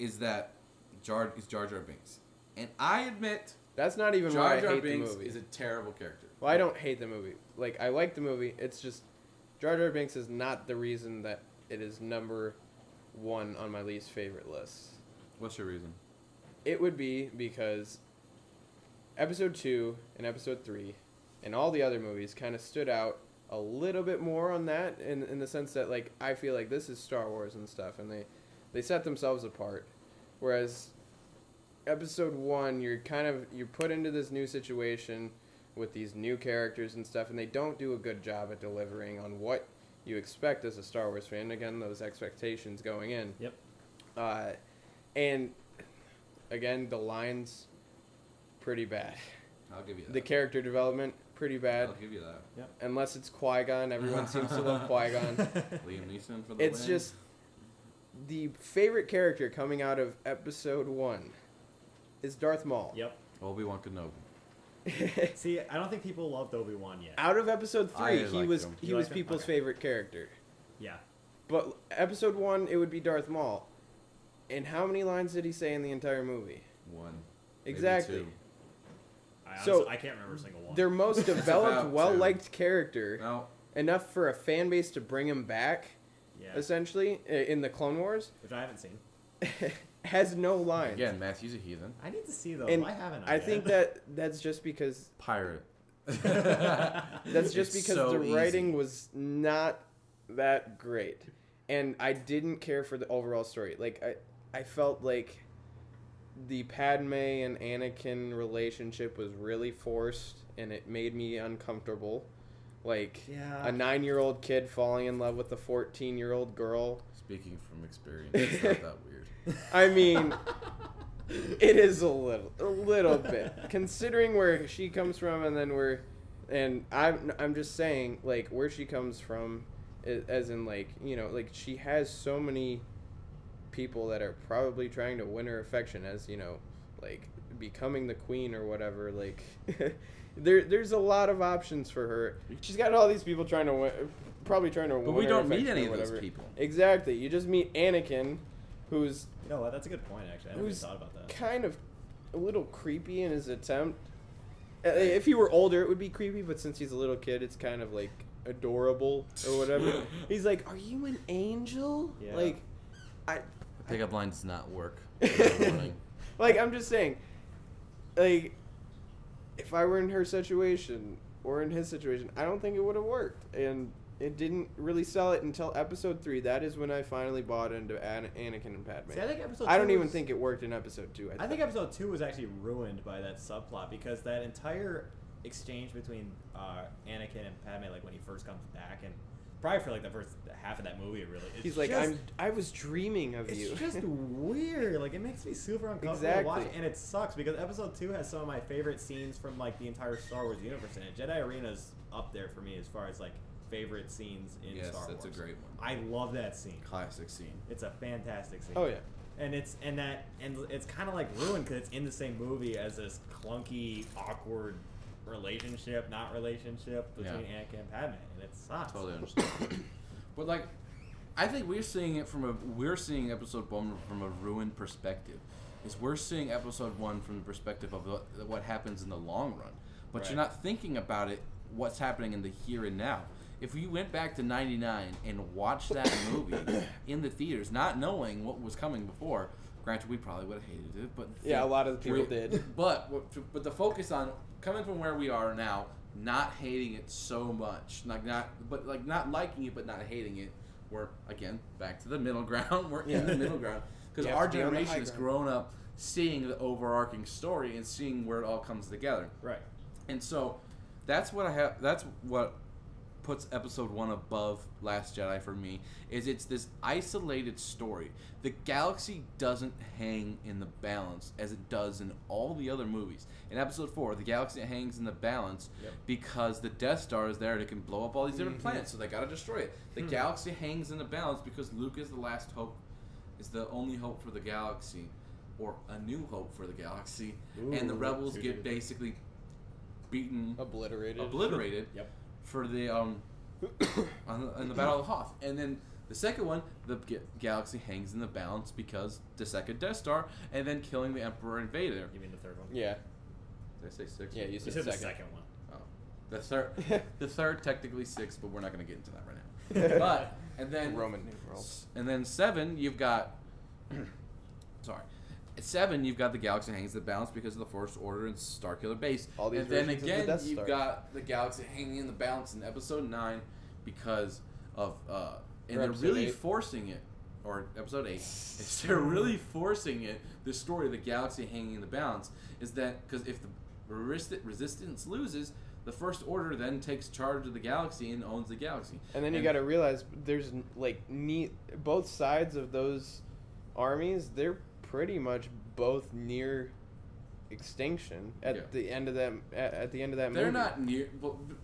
Speaker 1: is that Jar is Jar Jar Binks. And I admit
Speaker 2: That's not even why
Speaker 1: Jar
Speaker 2: I
Speaker 1: Jar
Speaker 2: hate
Speaker 1: Binks
Speaker 2: the movie.
Speaker 1: is a terrible character.
Speaker 2: well, I don't hate the movie. Like I like the movie. It's just Jar Jar Binks is not the reason that it is number one on my least favorite list.
Speaker 1: What's your reason?
Speaker 2: It would be because episode two and episode three and all the other movies kind of stood out a little bit more on that in, in the sense that like I feel like this is Star Wars and stuff and they they set themselves apart whereas episode 1 you're kind of you're put into this new situation with these new characters and stuff and they don't do a good job at delivering on what you expect as a Star Wars fan again those expectations going in
Speaker 3: Yep.
Speaker 2: uh, and again the lines pretty bad
Speaker 1: I'll give you that.
Speaker 2: the character development pretty bad
Speaker 1: I'll give you that.
Speaker 2: unless it's Qui Gon. Everyone seems to love Qui Gon.
Speaker 1: Liam Neeson for the
Speaker 2: It's
Speaker 1: win.
Speaker 2: just the favorite character coming out of Episode One is Darth Maul.
Speaker 3: Yep.
Speaker 1: Obi Wan Kenobi.
Speaker 3: See, I don't think people loved Obi Wan yet.
Speaker 2: out of Episode
Speaker 1: I
Speaker 2: Three, he
Speaker 1: liked
Speaker 2: was
Speaker 1: him.
Speaker 2: he
Speaker 3: You
Speaker 2: was
Speaker 3: liked him?
Speaker 2: people's
Speaker 3: Okay.
Speaker 2: favorite character.
Speaker 3: Yeah.
Speaker 2: But Episode One, it would be Darth Maul. And how many lines did he say in the entire movie?
Speaker 1: One. maybe
Speaker 2: Exactly.
Speaker 1: two.
Speaker 3: I
Speaker 2: So,
Speaker 3: honestly, I can't remember a single one.
Speaker 2: Their most developed,
Speaker 1: about Uh,
Speaker 2: well liked character,
Speaker 1: Now,
Speaker 2: enough for a fan base to bring him back,
Speaker 3: yeah,
Speaker 2: essentially, i- in the Clone Wars,
Speaker 3: which I haven't seen.
Speaker 2: has no lines.
Speaker 1: again, Matthew's a heathen.
Speaker 3: I need to see though.
Speaker 2: And
Speaker 3: Why haven't I?
Speaker 2: I
Speaker 3: yet?
Speaker 2: think that that's just because
Speaker 1: Pirate.
Speaker 2: that's just
Speaker 1: It's
Speaker 2: because
Speaker 1: so
Speaker 2: the
Speaker 1: easy.
Speaker 2: writing was not that great, and I didn't care for the overall story. Like I, I felt like the Padme and Anakin relationship was really forced, and it made me uncomfortable. Like
Speaker 3: Yeah.
Speaker 2: a nine-year-old kid falling in love with a fourteen-year-old girl.
Speaker 1: Speaking from experience, it's not that weird.
Speaker 2: I mean, it is a little, a little bit, considering where she comes from, and then where, and I'm, I'm just saying, like where she comes from, i- as in like you know, like she has so many people that are probably trying to win her affection, as you know, like becoming the queen or whatever, like. There, there's a lot of options for her. She's got all these people trying to win, probably trying to win.
Speaker 1: But we
Speaker 2: her
Speaker 1: don't meet
Speaker 2: affection or
Speaker 1: any of those
Speaker 2: whatever.
Speaker 1: people.
Speaker 2: Exactly. You just meet Anakin, who's
Speaker 3: You know what? That's a good point. Actually, I never
Speaker 2: Who's-
Speaker 3: even thought about that.
Speaker 2: kind of a little creepy in his attempt. Uh, If he were older, it would be creepy, but since he's a little kid, it's kind of like adorable or whatever. he's like, "Are you an angel?"
Speaker 3: Yeah.
Speaker 2: Like, I,
Speaker 1: The pickup line does not work. Warning.
Speaker 2: like I'm just saying, like, if I were in her situation or in his situation, I don't think it would have worked, and it didn't really sell it until episode three. That is when I finally bought into An- Anakin and Padme.
Speaker 3: See, I think episode.
Speaker 2: I
Speaker 3: two
Speaker 2: don't even
Speaker 3: was-
Speaker 2: think it worked in episode two.
Speaker 3: I think episode two was actually ruined by that subplot because that entire exchange between uh, Anakin and Padme, like when he first comes back, and probably for like the first half of that movie, it really. It's
Speaker 2: He's like,
Speaker 3: just-
Speaker 2: I'm. I was dreaming of
Speaker 3: It's
Speaker 2: you.
Speaker 3: just weird. Like it makes me super uncomfortable
Speaker 2: Exactly.
Speaker 3: watching, and it sucks because episode two has some of my favorite scenes from like the entire Star Wars universe, and it. Jedi Arena's up there for me as far as like favorite scenes in
Speaker 1: Yes,
Speaker 3: Star Wars.
Speaker 1: that's a great one.
Speaker 3: I love that scene.
Speaker 1: Classic scene.
Speaker 3: It's a fantastic scene.
Speaker 2: oh yeah.
Speaker 3: and it's and that and it's kind of like ruined because it's in the same movie as this clunky, awkward relationship, not relationship between
Speaker 1: Yeah.
Speaker 3: Anakin and Padme, and it sucks.
Speaker 1: Totally understand. but like, I think we're seeing it from a we're seeing episode one from a ruined perspective. Is we're seeing episode one from the perspective of what, what happens in the long run, but
Speaker 3: Right.
Speaker 1: you're not thinking about it. What's happening in the here and now? If you went back to '99 and watched that movie in the theaters, not knowing what was coming before, granted we probably would have hated it, but
Speaker 2: Yeah, a lot of the people
Speaker 1: we-
Speaker 2: did.
Speaker 1: But what- but the focus on coming from where we are now, not hating it so much, like not but like not liking it, but not hating it. We're again back to the middle ground. We're in the middle ground because
Speaker 2: You have
Speaker 1: our
Speaker 2: to be on the high
Speaker 1: generation has
Speaker 2: ground.
Speaker 1: grown up seeing the overarching story and seeing where it all comes together.
Speaker 3: Right.
Speaker 1: And so that's what I have that's what puts episode 1 above Last Jedi for me is it's this isolated story. The galaxy doesn't hang in the balance as it does in all the other movies. In episode 4, the galaxy hangs in the balance
Speaker 3: Yep. Mm-hmm.
Speaker 1: because the Death Star is there and it can blow up all these different planets, so they got to destroy it. The
Speaker 3: Hmm.
Speaker 1: galaxy hangs in the balance because Luke is the last hope is the only hope for the galaxy or a new hope for the galaxy and the
Speaker 3: Ooh,
Speaker 1: rebels
Speaker 3: dude.
Speaker 1: get basically beaten
Speaker 2: Obliterated.
Speaker 1: obliterated
Speaker 3: Yep.
Speaker 1: for the um on the, in the Battle of Hoth, and then the second one, the ga- galaxy hangs in the balance because the second Death Star, and then killing the Emperor and Vader.
Speaker 3: You mean the third one?
Speaker 2: yeah.
Speaker 1: Did I say six?
Speaker 2: Yeah. You
Speaker 3: You
Speaker 2: said,
Speaker 3: said the
Speaker 2: second.
Speaker 3: second one.
Speaker 1: Oh. The third, the third technically six, but we're not going to get into that right now. But and then
Speaker 2: Roman numerals.
Speaker 1: S- And then seven, you've got. sorry. At seven, you've got the galaxy hangs the balance because of the First Order and Starkiller Base.
Speaker 2: All these
Speaker 1: and then
Speaker 2: versions of the
Speaker 1: again,
Speaker 2: Death
Speaker 1: you've
Speaker 2: Star.
Speaker 1: got the galaxy hanging in the balance in Episode nine because of uh, and
Speaker 2: Or
Speaker 1: they're
Speaker 2: Episode
Speaker 1: really
Speaker 2: eight.
Speaker 1: forcing it, or Episode eight. is they're really forcing it. The story of the galaxy hanging in the balance is that because if the resist- resistance loses. The First Order then takes charge of the galaxy and owns the galaxy.
Speaker 2: And then you got to realize there's like ne both sides of those armies. They're pretty much both near extinction at
Speaker 1: Yeah.
Speaker 2: the end of that. At, at the end of that.
Speaker 1: They're
Speaker 2: movie.
Speaker 1: not near. Well, b-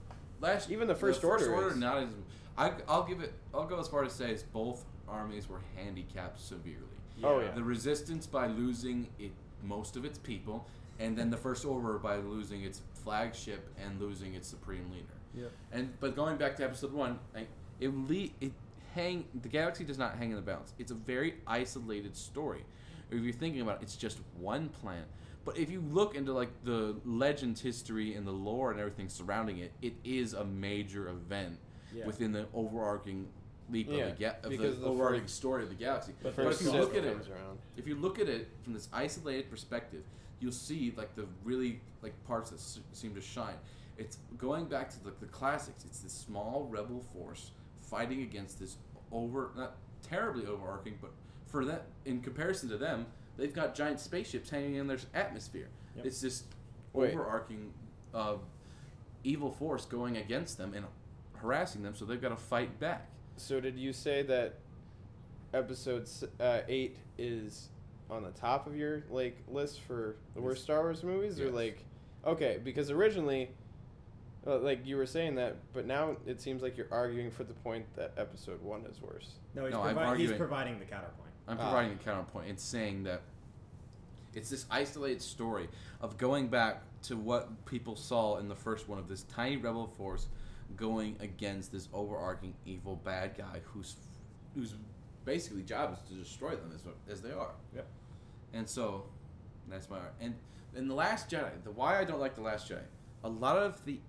Speaker 1: last
Speaker 2: Even the First Order is.
Speaker 1: not as. I, I'll give it. I'll go as far as say is both armies were handicapped severely.
Speaker 2: Oh, yeah.
Speaker 1: The resistance by losing it most of its people, and then the First Order by losing its flagship and losing its supreme leader.
Speaker 3: Yeah.
Speaker 1: And but going back to episode one, like, it le- it hang the galaxy does not hang in the balance. It's a very isolated story. If you're thinking about it, it's just one planet. But if you look into like the legend's history and the lore and everything surrounding it, it is a major event
Speaker 3: Yeah.
Speaker 1: within the overarching leap
Speaker 2: Yeah,
Speaker 1: of the, ga- of
Speaker 2: because
Speaker 1: the
Speaker 2: the
Speaker 1: overarching
Speaker 2: first-
Speaker 1: story of the galaxy.
Speaker 3: the
Speaker 1: But,
Speaker 3: first
Speaker 1: if you
Speaker 3: Sith
Speaker 1: look at it,
Speaker 2: comes around.
Speaker 1: if you look at it from this isolated perspective, you'll see like the really like parts that s- seem to shine. It's going back to the, the classics. It's this small rebel force fighting against this over not terribly overarching, but for that in comparison to them, they've got giant spaceships hanging in their atmosphere.
Speaker 3: Yep.
Speaker 1: It's this
Speaker 2: Wait.
Speaker 1: overarching uh, evil force going against them and harassing them, so they've got to fight back.
Speaker 2: So did you say that episode s- uh, eight is on the top of your like list for the worst Star Wars movies, or
Speaker 1: Yes.
Speaker 2: like okay because originally, uh, like you were saying that, but now it seems like you're arguing for the point that episode one is worse.
Speaker 3: No, he's,
Speaker 1: No, I'm
Speaker 3: provi- he's
Speaker 1: arguing-
Speaker 3: providing the counterpoint.
Speaker 1: I'm
Speaker 2: Ah.
Speaker 1: providing a counterpoint. It's saying that it's this isolated story of going back to what people saw in the first one of this tiny rebel force going against this overarching evil bad guy whose whose basically job is to destroy them as, as they are.
Speaker 3: Yep.
Speaker 1: And so that's my and and the Last Jedi. The why I don't like the Last Jedi. A lot of the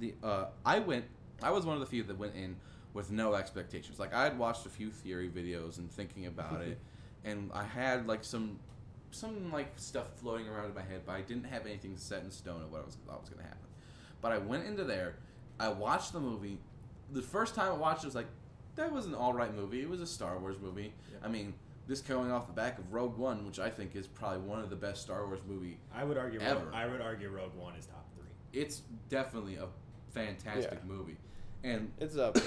Speaker 1: the uh, I went. I was one of the few that went in with no expectations. Like I had watched a few theory videos and thinking about it, and I had like some some like stuff floating around in my head, but I didn't have anything set in stone of what I was thought was going to happen. But I went into there. I watched the movie. The first time I watched it I was like, that was an all right movie. It was a Star Wars movie.
Speaker 3: Yeah.
Speaker 1: I mean, this coming off the back of Rogue One, which I think is probably one of the best Star Wars movie.
Speaker 3: I would argue.
Speaker 1: Ever.
Speaker 3: I would argue Rogue One is top three.
Speaker 1: It's definitely a fantastic
Speaker 2: Yeah.
Speaker 1: movie, and
Speaker 2: It's up.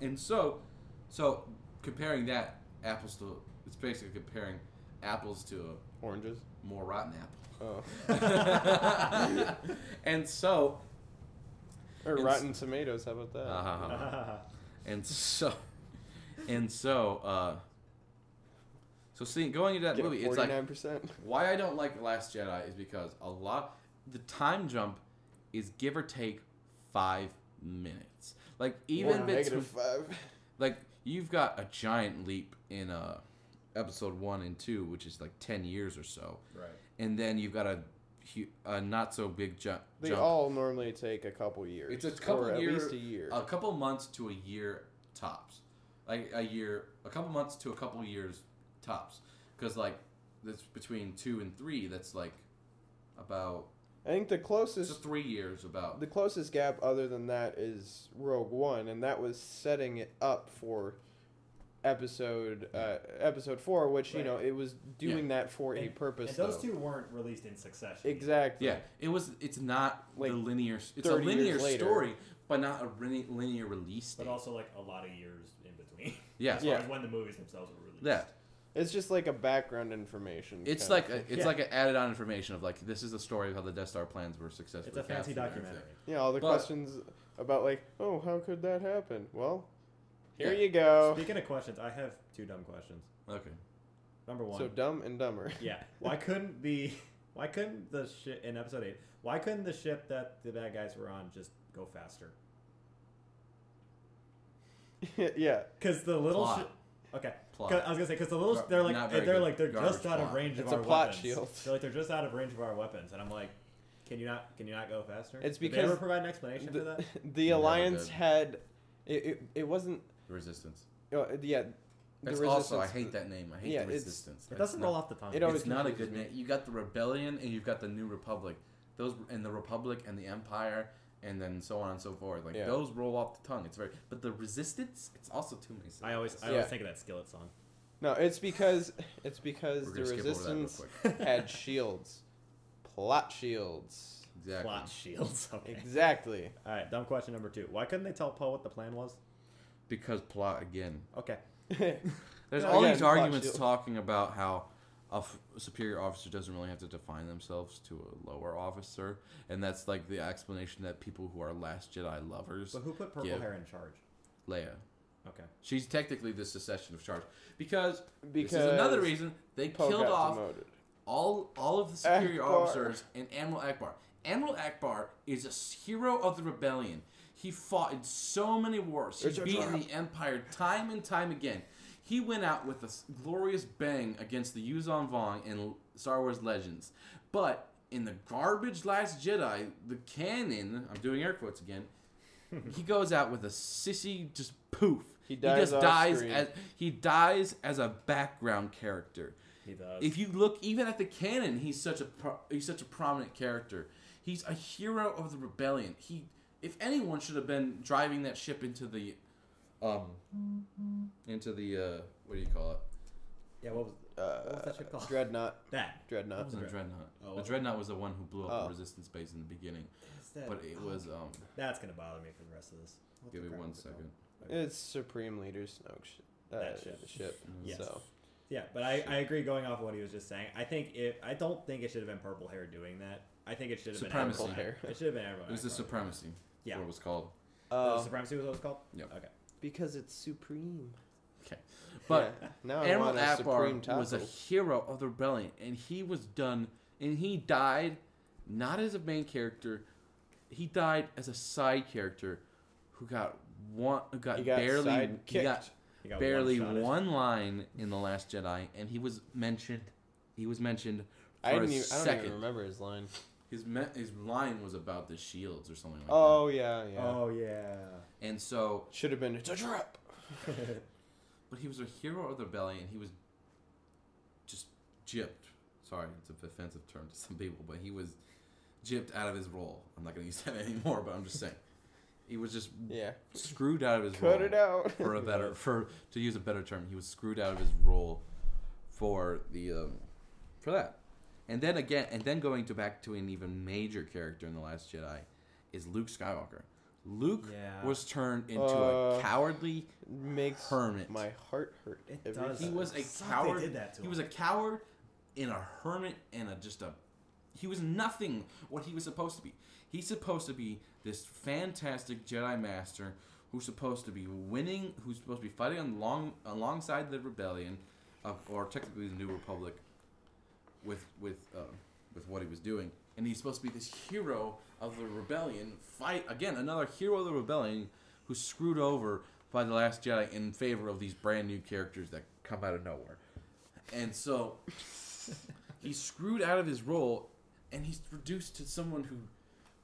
Speaker 1: and so, so comparing that apples to it's basically comparing apples to
Speaker 2: Oranges.
Speaker 1: a more rotten apple.
Speaker 2: Oh,
Speaker 1: and so,
Speaker 2: or
Speaker 1: It's-
Speaker 2: Rotten Tomatoes. How about that?
Speaker 3: Uh-huh.
Speaker 1: uh, and so, and so, uh, so seeing going into that movie, it's like
Speaker 2: forty-nine percent.
Speaker 1: why I don't like The Last Jedi is because a lot the time jump is give or take five minutes. Like even between,
Speaker 2: negative five.
Speaker 1: like you've got a giant leap in uh episode one and two, which is like ten years or so,
Speaker 3: right.
Speaker 1: and then you've got a hu- a not so big ju-
Speaker 2: They
Speaker 1: jump.
Speaker 2: all normally take a couple
Speaker 1: It's
Speaker 2: years.
Speaker 1: a couple
Speaker 2: or at
Speaker 1: year-
Speaker 2: least a year.
Speaker 1: a couple months to a year tops like a year a couple months to a couple years tops because like that's between two and three that's like about
Speaker 2: I think the
Speaker 1: it's
Speaker 2: closest
Speaker 1: three years about
Speaker 2: The closest gap other than that is Rogue One, and that was setting it up for episode uh, episode four, which you
Speaker 3: Right.
Speaker 2: know it was doing that for a purpose.
Speaker 3: And those
Speaker 2: though.
Speaker 3: two weren't released in succession.
Speaker 2: exactly.
Speaker 1: yeah it was it's not
Speaker 2: Like,
Speaker 1: the linear it's a
Speaker 2: 30 years
Speaker 1: linear
Speaker 2: later.
Speaker 1: story but not a line- linear release date.
Speaker 3: But also like a lot of years in between.
Speaker 1: yeah
Speaker 3: as far
Speaker 2: Yeah.
Speaker 3: as when the movies themselves were released.
Speaker 1: yeah
Speaker 2: it's just like a background information.
Speaker 1: it's
Speaker 2: kind
Speaker 1: like
Speaker 2: of
Speaker 1: a,
Speaker 2: thing.
Speaker 1: it's
Speaker 3: Yeah.
Speaker 1: like an added on information of like this is the story of how the death star plans were successfully
Speaker 3: It's a fancy
Speaker 1: casted and everything.
Speaker 3: documentary.
Speaker 2: yeah, all the
Speaker 1: but-
Speaker 2: questions about like, oh, how could that happen? Well, here
Speaker 1: Yeah.
Speaker 2: you go.
Speaker 3: Speaking of questions, I have two dumb questions.
Speaker 1: okay
Speaker 3: Number one.
Speaker 2: So dumb and dumber.
Speaker 3: yeah. Why couldn't the why couldn't the ship in episode eight? Why couldn't the ship that the bad guys were on just go faster?
Speaker 2: yeah,
Speaker 3: Because the little
Speaker 1: Plot.
Speaker 3: ship. Okay. 'Cause-
Speaker 1: plot
Speaker 3: I was gonna say because the little
Speaker 1: Gar-
Speaker 3: they're
Speaker 1: not
Speaker 3: like
Speaker 1: very
Speaker 3: they're
Speaker 1: good
Speaker 3: like they're
Speaker 1: garbage
Speaker 3: just out of
Speaker 1: plot.
Speaker 3: range of
Speaker 2: It's a
Speaker 3: our
Speaker 2: plot
Speaker 3: weapons.
Speaker 2: shield.
Speaker 3: They're like they're just out of range of our weapons, and I'm like, can you not can you not go faster?
Speaker 2: It's
Speaker 3: Did they
Speaker 2: because
Speaker 3: ever provide an explanation for
Speaker 2: the,
Speaker 3: that.
Speaker 2: the
Speaker 1: No,
Speaker 2: alliance
Speaker 1: good.
Speaker 2: had it. It, it wasn't.
Speaker 1: the resistance
Speaker 2: Uh, yeah, the
Speaker 1: It's also I
Speaker 2: resistance-
Speaker 1: hate that name. I hate
Speaker 2: Yeah,
Speaker 1: the
Speaker 2: it's-
Speaker 1: resistance.
Speaker 3: It doesn't
Speaker 1: It's not,
Speaker 3: roll off the tongue.
Speaker 2: It always
Speaker 1: It's not a good
Speaker 2: confuses me.
Speaker 1: name. You got the rebellion and you've got the new republic. Those and the republic and the empire and then so on and so forth. Like
Speaker 2: Yeah.
Speaker 1: those roll off the tongue. It's very but the resistance. It's also too many.
Speaker 3: I always I
Speaker 2: Yeah.
Speaker 3: always think of that skillet song.
Speaker 2: No, it's because it's because
Speaker 1: We're
Speaker 2: the
Speaker 1: gonna skip over that real
Speaker 2: resistance had shields, plot shields.
Speaker 1: exactly.
Speaker 3: Plot shields. Okay.
Speaker 2: Exactly.
Speaker 3: All right. Dumb question number two. Why couldn't they tell Poe what the plan was?
Speaker 1: Because plot again.
Speaker 3: Okay.
Speaker 1: There's
Speaker 2: Yeah,
Speaker 1: all
Speaker 2: again,
Speaker 1: these
Speaker 2: plot
Speaker 1: arguments
Speaker 2: shield.
Speaker 1: talking about how a f- superior officer doesn't really have to define themselves to a lower officer, and that's like the explanation that people who are Last Jedi lovers,
Speaker 3: But who put purple
Speaker 1: Yeah.
Speaker 3: hair in charge?
Speaker 1: Leia.
Speaker 3: Okay.
Speaker 1: She's technically the secession of charge because
Speaker 2: because
Speaker 1: this is another reason they
Speaker 2: Poe
Speaker 1: killed
Speaker 2: got
Speaker 1: off
Speaker 2: demoted.
Speaker 1: all all of the superior
Speaker 2: Akbar.
Speaker 1: officers and Admiral Akbar. Admiral Akbar is a s- hero of the rebellion. He fought in so many wars. He
Speaker 2: It's a
Speaker 1: beat
Speaker 2: trap.
Speaker 1: the Empire time and time again. He went out with a s- glorious bang against the Yuzon Vong in Star Wars Legends. But in the garbage Last Jedi, the canon, I'm doing air quotes again, he goes out with a sissy just poof.
Speaker 2: He dies
Speaker 1: just
Speaker 2: off
Speaker 1: dies
Speaker 2: screen.
Speaker 1: as he dies as a background character.
Speaker 3: He does.
Speaker 1: If you look even at the canon, he's such a pro- he's such a prominent character. He's a hero of the rebellion. He, if anyone, should have been driving that ship into the, um, into the uh, what do you call it?
Speaker 3: yeah, what was what was that ship
Speaker 2: Uh,
Speaker 3: called?
Speaker 2: Dreadnought.
Speaker 3: that.
Speaker 1: It
Speaker 2: Dreadnought.
Speaker 1: wasn't a
Speaker 3: Dre-
Speaker 1: dreadnought.
Speaker 3: Oh,
Speaker 1: the
Speaker 3: was it?
Speaker 1: dreadnought was the one who blew up
Speaker 2: Oh.
Speaker 1: the resistance base in the beginning,
Speaker 3: Is that-
Speaker 1: but it
Speaker 3: oh,
Speaker 1: was um.
Speaker 3: That's gonna bother me for the rest of this. What
Speaker 1: Give
Speaker 3: the
Speaker 1: me
Speaker 3: crap
Speaker 1: one
Speaker 3: was it called?
Speaker 1: second.
Speaker 2: It's Supreme Leader Snoke. Sh- uh,
Speaker 3: That ship.
Speaker 2: ship.
Speaker 3: Yes.
Speaker 2: So
Speaker 3: Yeah, but I, I agree. Going off of what he was just saying, I think it. I don't think it should have been purple hair doing that. I think it should have
Speaker 1: Supremacy.
Speaker 3: been everyone.
Speaker 2: Purple hair.
Speaker 3: It should have been everyone.
Speaker 1: It was the
Speaker 3: Ackroyd.
Speaker 1: supremacy.
Speaker 3: Yeah.
Speaker 1: What it was called.
Speaker 3: Oh,
Speaker 2: uh,
Speaker 3: supremacy was what it was called.
Speaker 1: Yeah.
Speaker 3: Okay.
Speaker 2: because it's supreme.
Speaker 1: Okay. But
Speaker 2: Yeah, now I
Speaker 1: Admiral
Speaker 2: want a supreme
Speaker 1: Akbar
Speaker 2: taco.
Speaker 1: was a hero of the rebellion, and he was done, and he died not as a main character. He died as a side character who got one, who got,
Speaker 2: He got
Speaker 1: barely,
Speaker 2: side
Speaker 1: he got
Speaker 2: kicked.
Speaker 3: He got
Speaker 1: barely
Speaker 3: one-shotted.
Speaker 1: one line in the Last Jedi, and he was mentioned. He was mentioned for
Speaker 2: I didn't
Speaker 1: a
Speaker 2: even, I don't
Speaker 1: second.
Speaker 2: even remember his line.
Speaker 1: his me- his line was about the shields or something like
Speaker 2: Oh yeah, yeah.
Speaker 3: Oh yeah.
Speaker 1: that. And so
Speaker 2: Should have been it's a trap.
Speaker 1: But he was a hero of the rebellion. He was just gypped. Sorry, it's an offensive term to some people, but he was gypped out of his role. I'm not going to use that anymore, but I'm just saying. He was just
Speaker 2: Yeah.
Speaker 1: screwed out of his role.
Speaker 2: Cut it out.
Speaker 1: For a better, for to use a better term, he was screwed out of his role for the um, for that. And then again, and then going to back to an even major character in the Last Jedi is Luke Skywalker. Luke
Speaker 3: Yeah.
Speaker 1: was turned into a
Speaker 2: Uh,
Speaker 1: cowardly
Speaker 2: Makes
Speaker 1: hermit.
Speaker 2: my heart hurt.
Speaker 3: It
Speaker 2: every
Speaker 3: does.
Speaker 1: He
Speaker 2: time.
Speaker 1: was a
Speaker 3: Suck they
Speaker 1: coward.
Speaker 3: did that to
Speaker 1: he
Speaker 3: him.
Speaker 1: was a coward and a hermit and a just a. He was nothing what he was supposed to be. He's supposed to be this fantastic Jedi master who's supposed to be winning, who's supposed to be fighting on long, alongside the rebellion, uh, or technically the New Republic, with with uh, with what he was doing, and he's supposed to be this hero of the rebellion. Fight again, another hero of the rebellion who's screwed over by the Last Jedi in favor of these brand new characters that come out of nowhere, and so he's screwed out of his role, and he's reduced to someone who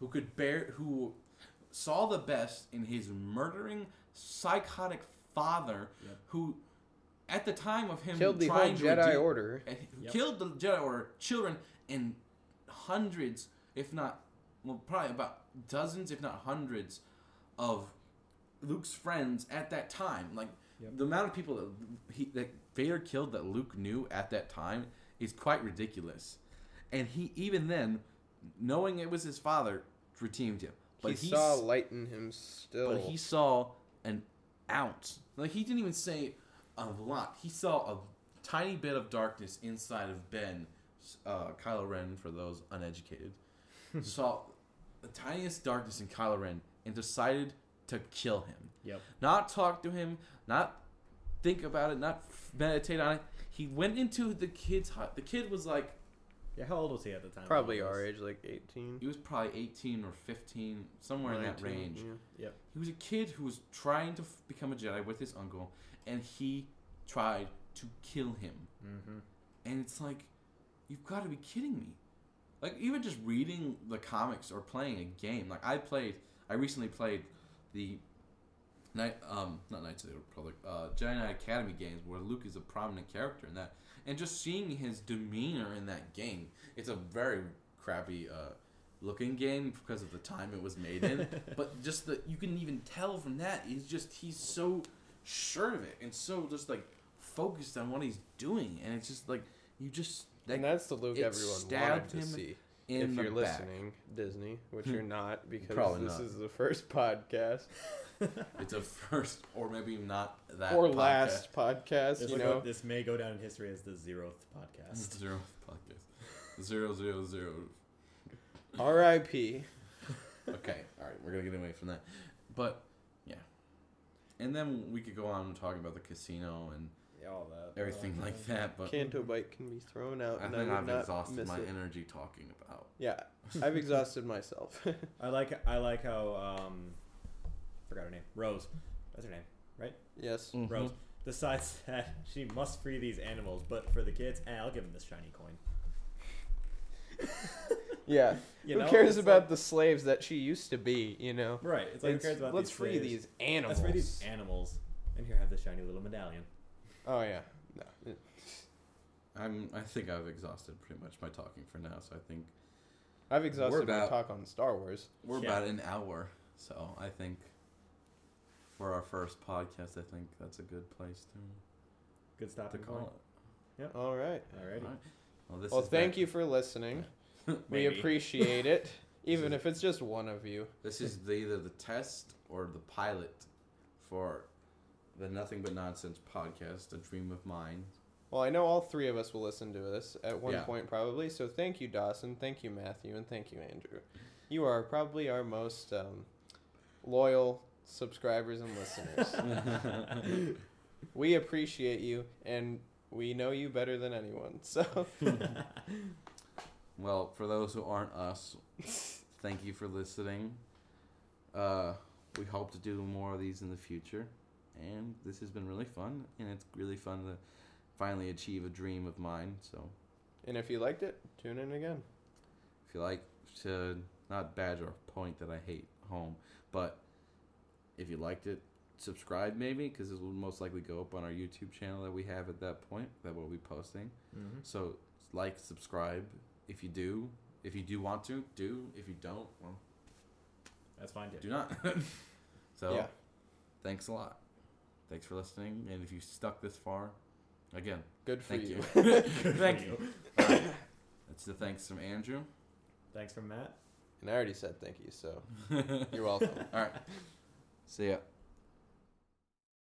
Speaker 1: who could bear who saw the best in his murdering psychotic father
Speaker 3: Yep.
Speaker 1: who at the time of him
Speaker 2: killed the whole
Speaker 1: trying to
Speaker 2: Jedi
Speaker 1: redu-
Speaker 2: Order.
Speaker 1: and who
Speaker 3: Yep.
Speaker 1: killed the Jedi Order children and hundreds, if not, well, probably about dozens, if not hundreds, of Luke's friends at that time. Like
Speaker 3: Yep.
Speaker 1: the amount of people that he that Vader killed that Luke knew at that time is quite ridiculous. And he even then, knowing it was his father, redeemed him. But
Speaker 2: he
Speaker 1: he
Speaker 2: saw
Speaker 1: s-
Speaker 2: light in him still.
Speaker 1: but he saw an ounce. Like he didn't even say a lot. He saw a tiny bit of darkness inside of Ben, uh, Kylo Ren. For those uneducated, saw the tiniest darkness in Kylo Ren and decided to kill him.
Speaker 3: Yep.
Speaker 1: Not talk to him. Not think about it. Not meditate on it. He went into the kid's hut. The kid was like
Speaker 3: Yeah. How old was he at the time?
Speaker 2: probably
Speaker 3: He was-
Speaker 2: our age, like eighteen.
Speaker 1: he was probably eighteen or fifteen, somewhere in that
Speaker 2: 19,
Speaker 1: range.
Speaker 2: yeah.
Speaker 1: He was a kid who was trying to f- become a Jedi with his uncle, and he tried to kill him.
Speaker 3: Mhm.
Speaker 1: And it's like, you've got to be kidding me. Like, even just reading the comics or playing a game. Like, I played, I recently played the Night, um, not Knights of the Old Republic, uh, Jedi Knight Academy games where Luke is a prominent character in that. And just seeing his demeanor in that game, it's a very crappy uh, looking game because of the time it was made in. but just the you can even tell from that he's just he's so sure of it and so just like focused on what he's doing, and it's just like you just that
Speaker 2: and that's the Luke
Speaker 1: it
Speaker 2: everyone wanted
Speaker 1: stabbed
Speaker 2: to
Speaker 1: him
Speaker 2: see.
Speaker 1: in
Speaker 2: if
Speaker 1: the
Speaker 2: you're
Speaker 1: back. Hmm.
Speaker 2: listening, Disney, which you're not because
Speaker 1: Probably
Speaker 2: this
Speaker 1: not.
Speaker 2: is the first podcast
Speaker 1: It's a first, or maybe not that
Speaker 2: or
Speaker 1: podcast.
Speaker 2: last podcast.
Speaker 3: This,
Speaker 2: you
Speaker 3: will go-
Speaker 2: know,
Speaker 3: this may go down in history as the zeroth podcast.
Speaker 1: zero podcast zero zero zero
Speaker 2: R.I.P.
Speaker 1: okay, all right, we're gonna get away from that, but yeah, and then we could go on talking about the casino and
Speaker 3: Yeah, all that.
Speaker 1: Mm-hmm. everything
Speaker 3: all
Speaker 1: like that. But
Speaker 2: Canto Bite can be thrown out,
Speaker 1: I
Speaker 2: and
Speaker 1: think
Speaker 2: I would
Speaker 1: I've
Speaker 2: not
Speaker 1: exhausted
Speaker 2: miss
Speaker 1: my
Speaker 2: it.
Speaker 1: energy talking about.
Speaker 2: yeah, I've exhausted myself.
Speaker 3: I like. I like how. Um, forgot her name. Rose. That's her name.
Speaker 2: yes,
Speaker 1: Mm-hmm.
Speaker 3: Rose. decides that she must free these animals, but for the kids, eh, I'll give them this shiny coin.
Speaker 2: Yeah.
Speaker 3: You
Speaker 2: Who
Speaker 3: know,
Speaker 2: cares
Speaker 3: it's
Speaker 2: about
Speaker 3: like-
Speaker 2: the slaves that she used to be? You know.
Speaker 3: Right. It's like who cares about
Speaker 2: let's
Speaker 3: these
Speaker 2: free
Speaker 3: slaves?
Speaker 2: these animals.
Speaker 3: Let's free these animals. And here, have this shiny little medallion.
Speaker 2: Oh yeah. No.
Speaker 1: I'm. I think I've exhausted pretty much my talking for now. So I think
Speaker 2: I've exhausted my
Speaker 1: about-
Speaker 2: talk on Star Wars.
Speaker 1: we're
Speaker 3: Yeah.
Speaker 1: about an hour. So I think for our first podcast, I think that's a good place to
Speaker 3: Good
Speaker 1: to
Speaker 3: stopping point.
Speaker 1: call
Speaker 2: All right.
Speaker 1: it.
Speaker 3: Alrighty.
Speaker 1: All right. Well, this
Speaker 2: Well,
Speaker 1: is
Speaker 2: thank
Speaker 1: back-
Speaker 2: you for listening. We
Speaker 3: Maybe.
Speaker 2: appreciate it, even
Speaker 1: is-
Speaker 2: if it's just one of you.
Speaker 1: This is the, either the test or the pilot for the Nothing But Nonsense podcast, a dream of mine.
Speaker 2: Well, I know all three of us will listen to this at one
Speaker 1: Yeah.
Speaker 2: point probably. So thank you, Dawson. Thank you, Matthew, and thank you, Andrew. You are probably our most um, loyal subscribers and listeners. we appreciate you, and we know you better than anyone. So
Speaker 1: Well, for those who aren't us, thank you for listening. Uh, we hope to do more of these in the future. And this has been really fun, and it's really fun to finally achieve a dream of mine. So
Speaker 2: And if you liked it, tune in again.
Speaker 1: if you like to not badger a point that I hate home, but if you liked it, subscribe maybe because it will most likely go up on our YouTube channel that we have at that point that we'll be posting.
Speaker 3: Mhm.
Speaker 1: So like, subscribe if you do. If you do want to, do. If you don't, well,
Speaker 3: That's fine, too.
Speaker 1: do not. so
Speaker 2: Yeah.
Speaker 1: thanks a lot. Thanks for listening. And if you stuck this far, again,
Speaker 2: Good for
Speaker 1: thank
Speaker 2: you.
Speaker 1: you.
Speaker 3: Good for
Speaker 1: Thank
Speaker 3: you.
Speaker 1: That's the thanks from Andrew.
Speaker 3: Thanks from Matt.
Speaker 2: And I already said thank you, so you're welcome.
Speaker 1: All right. See ya.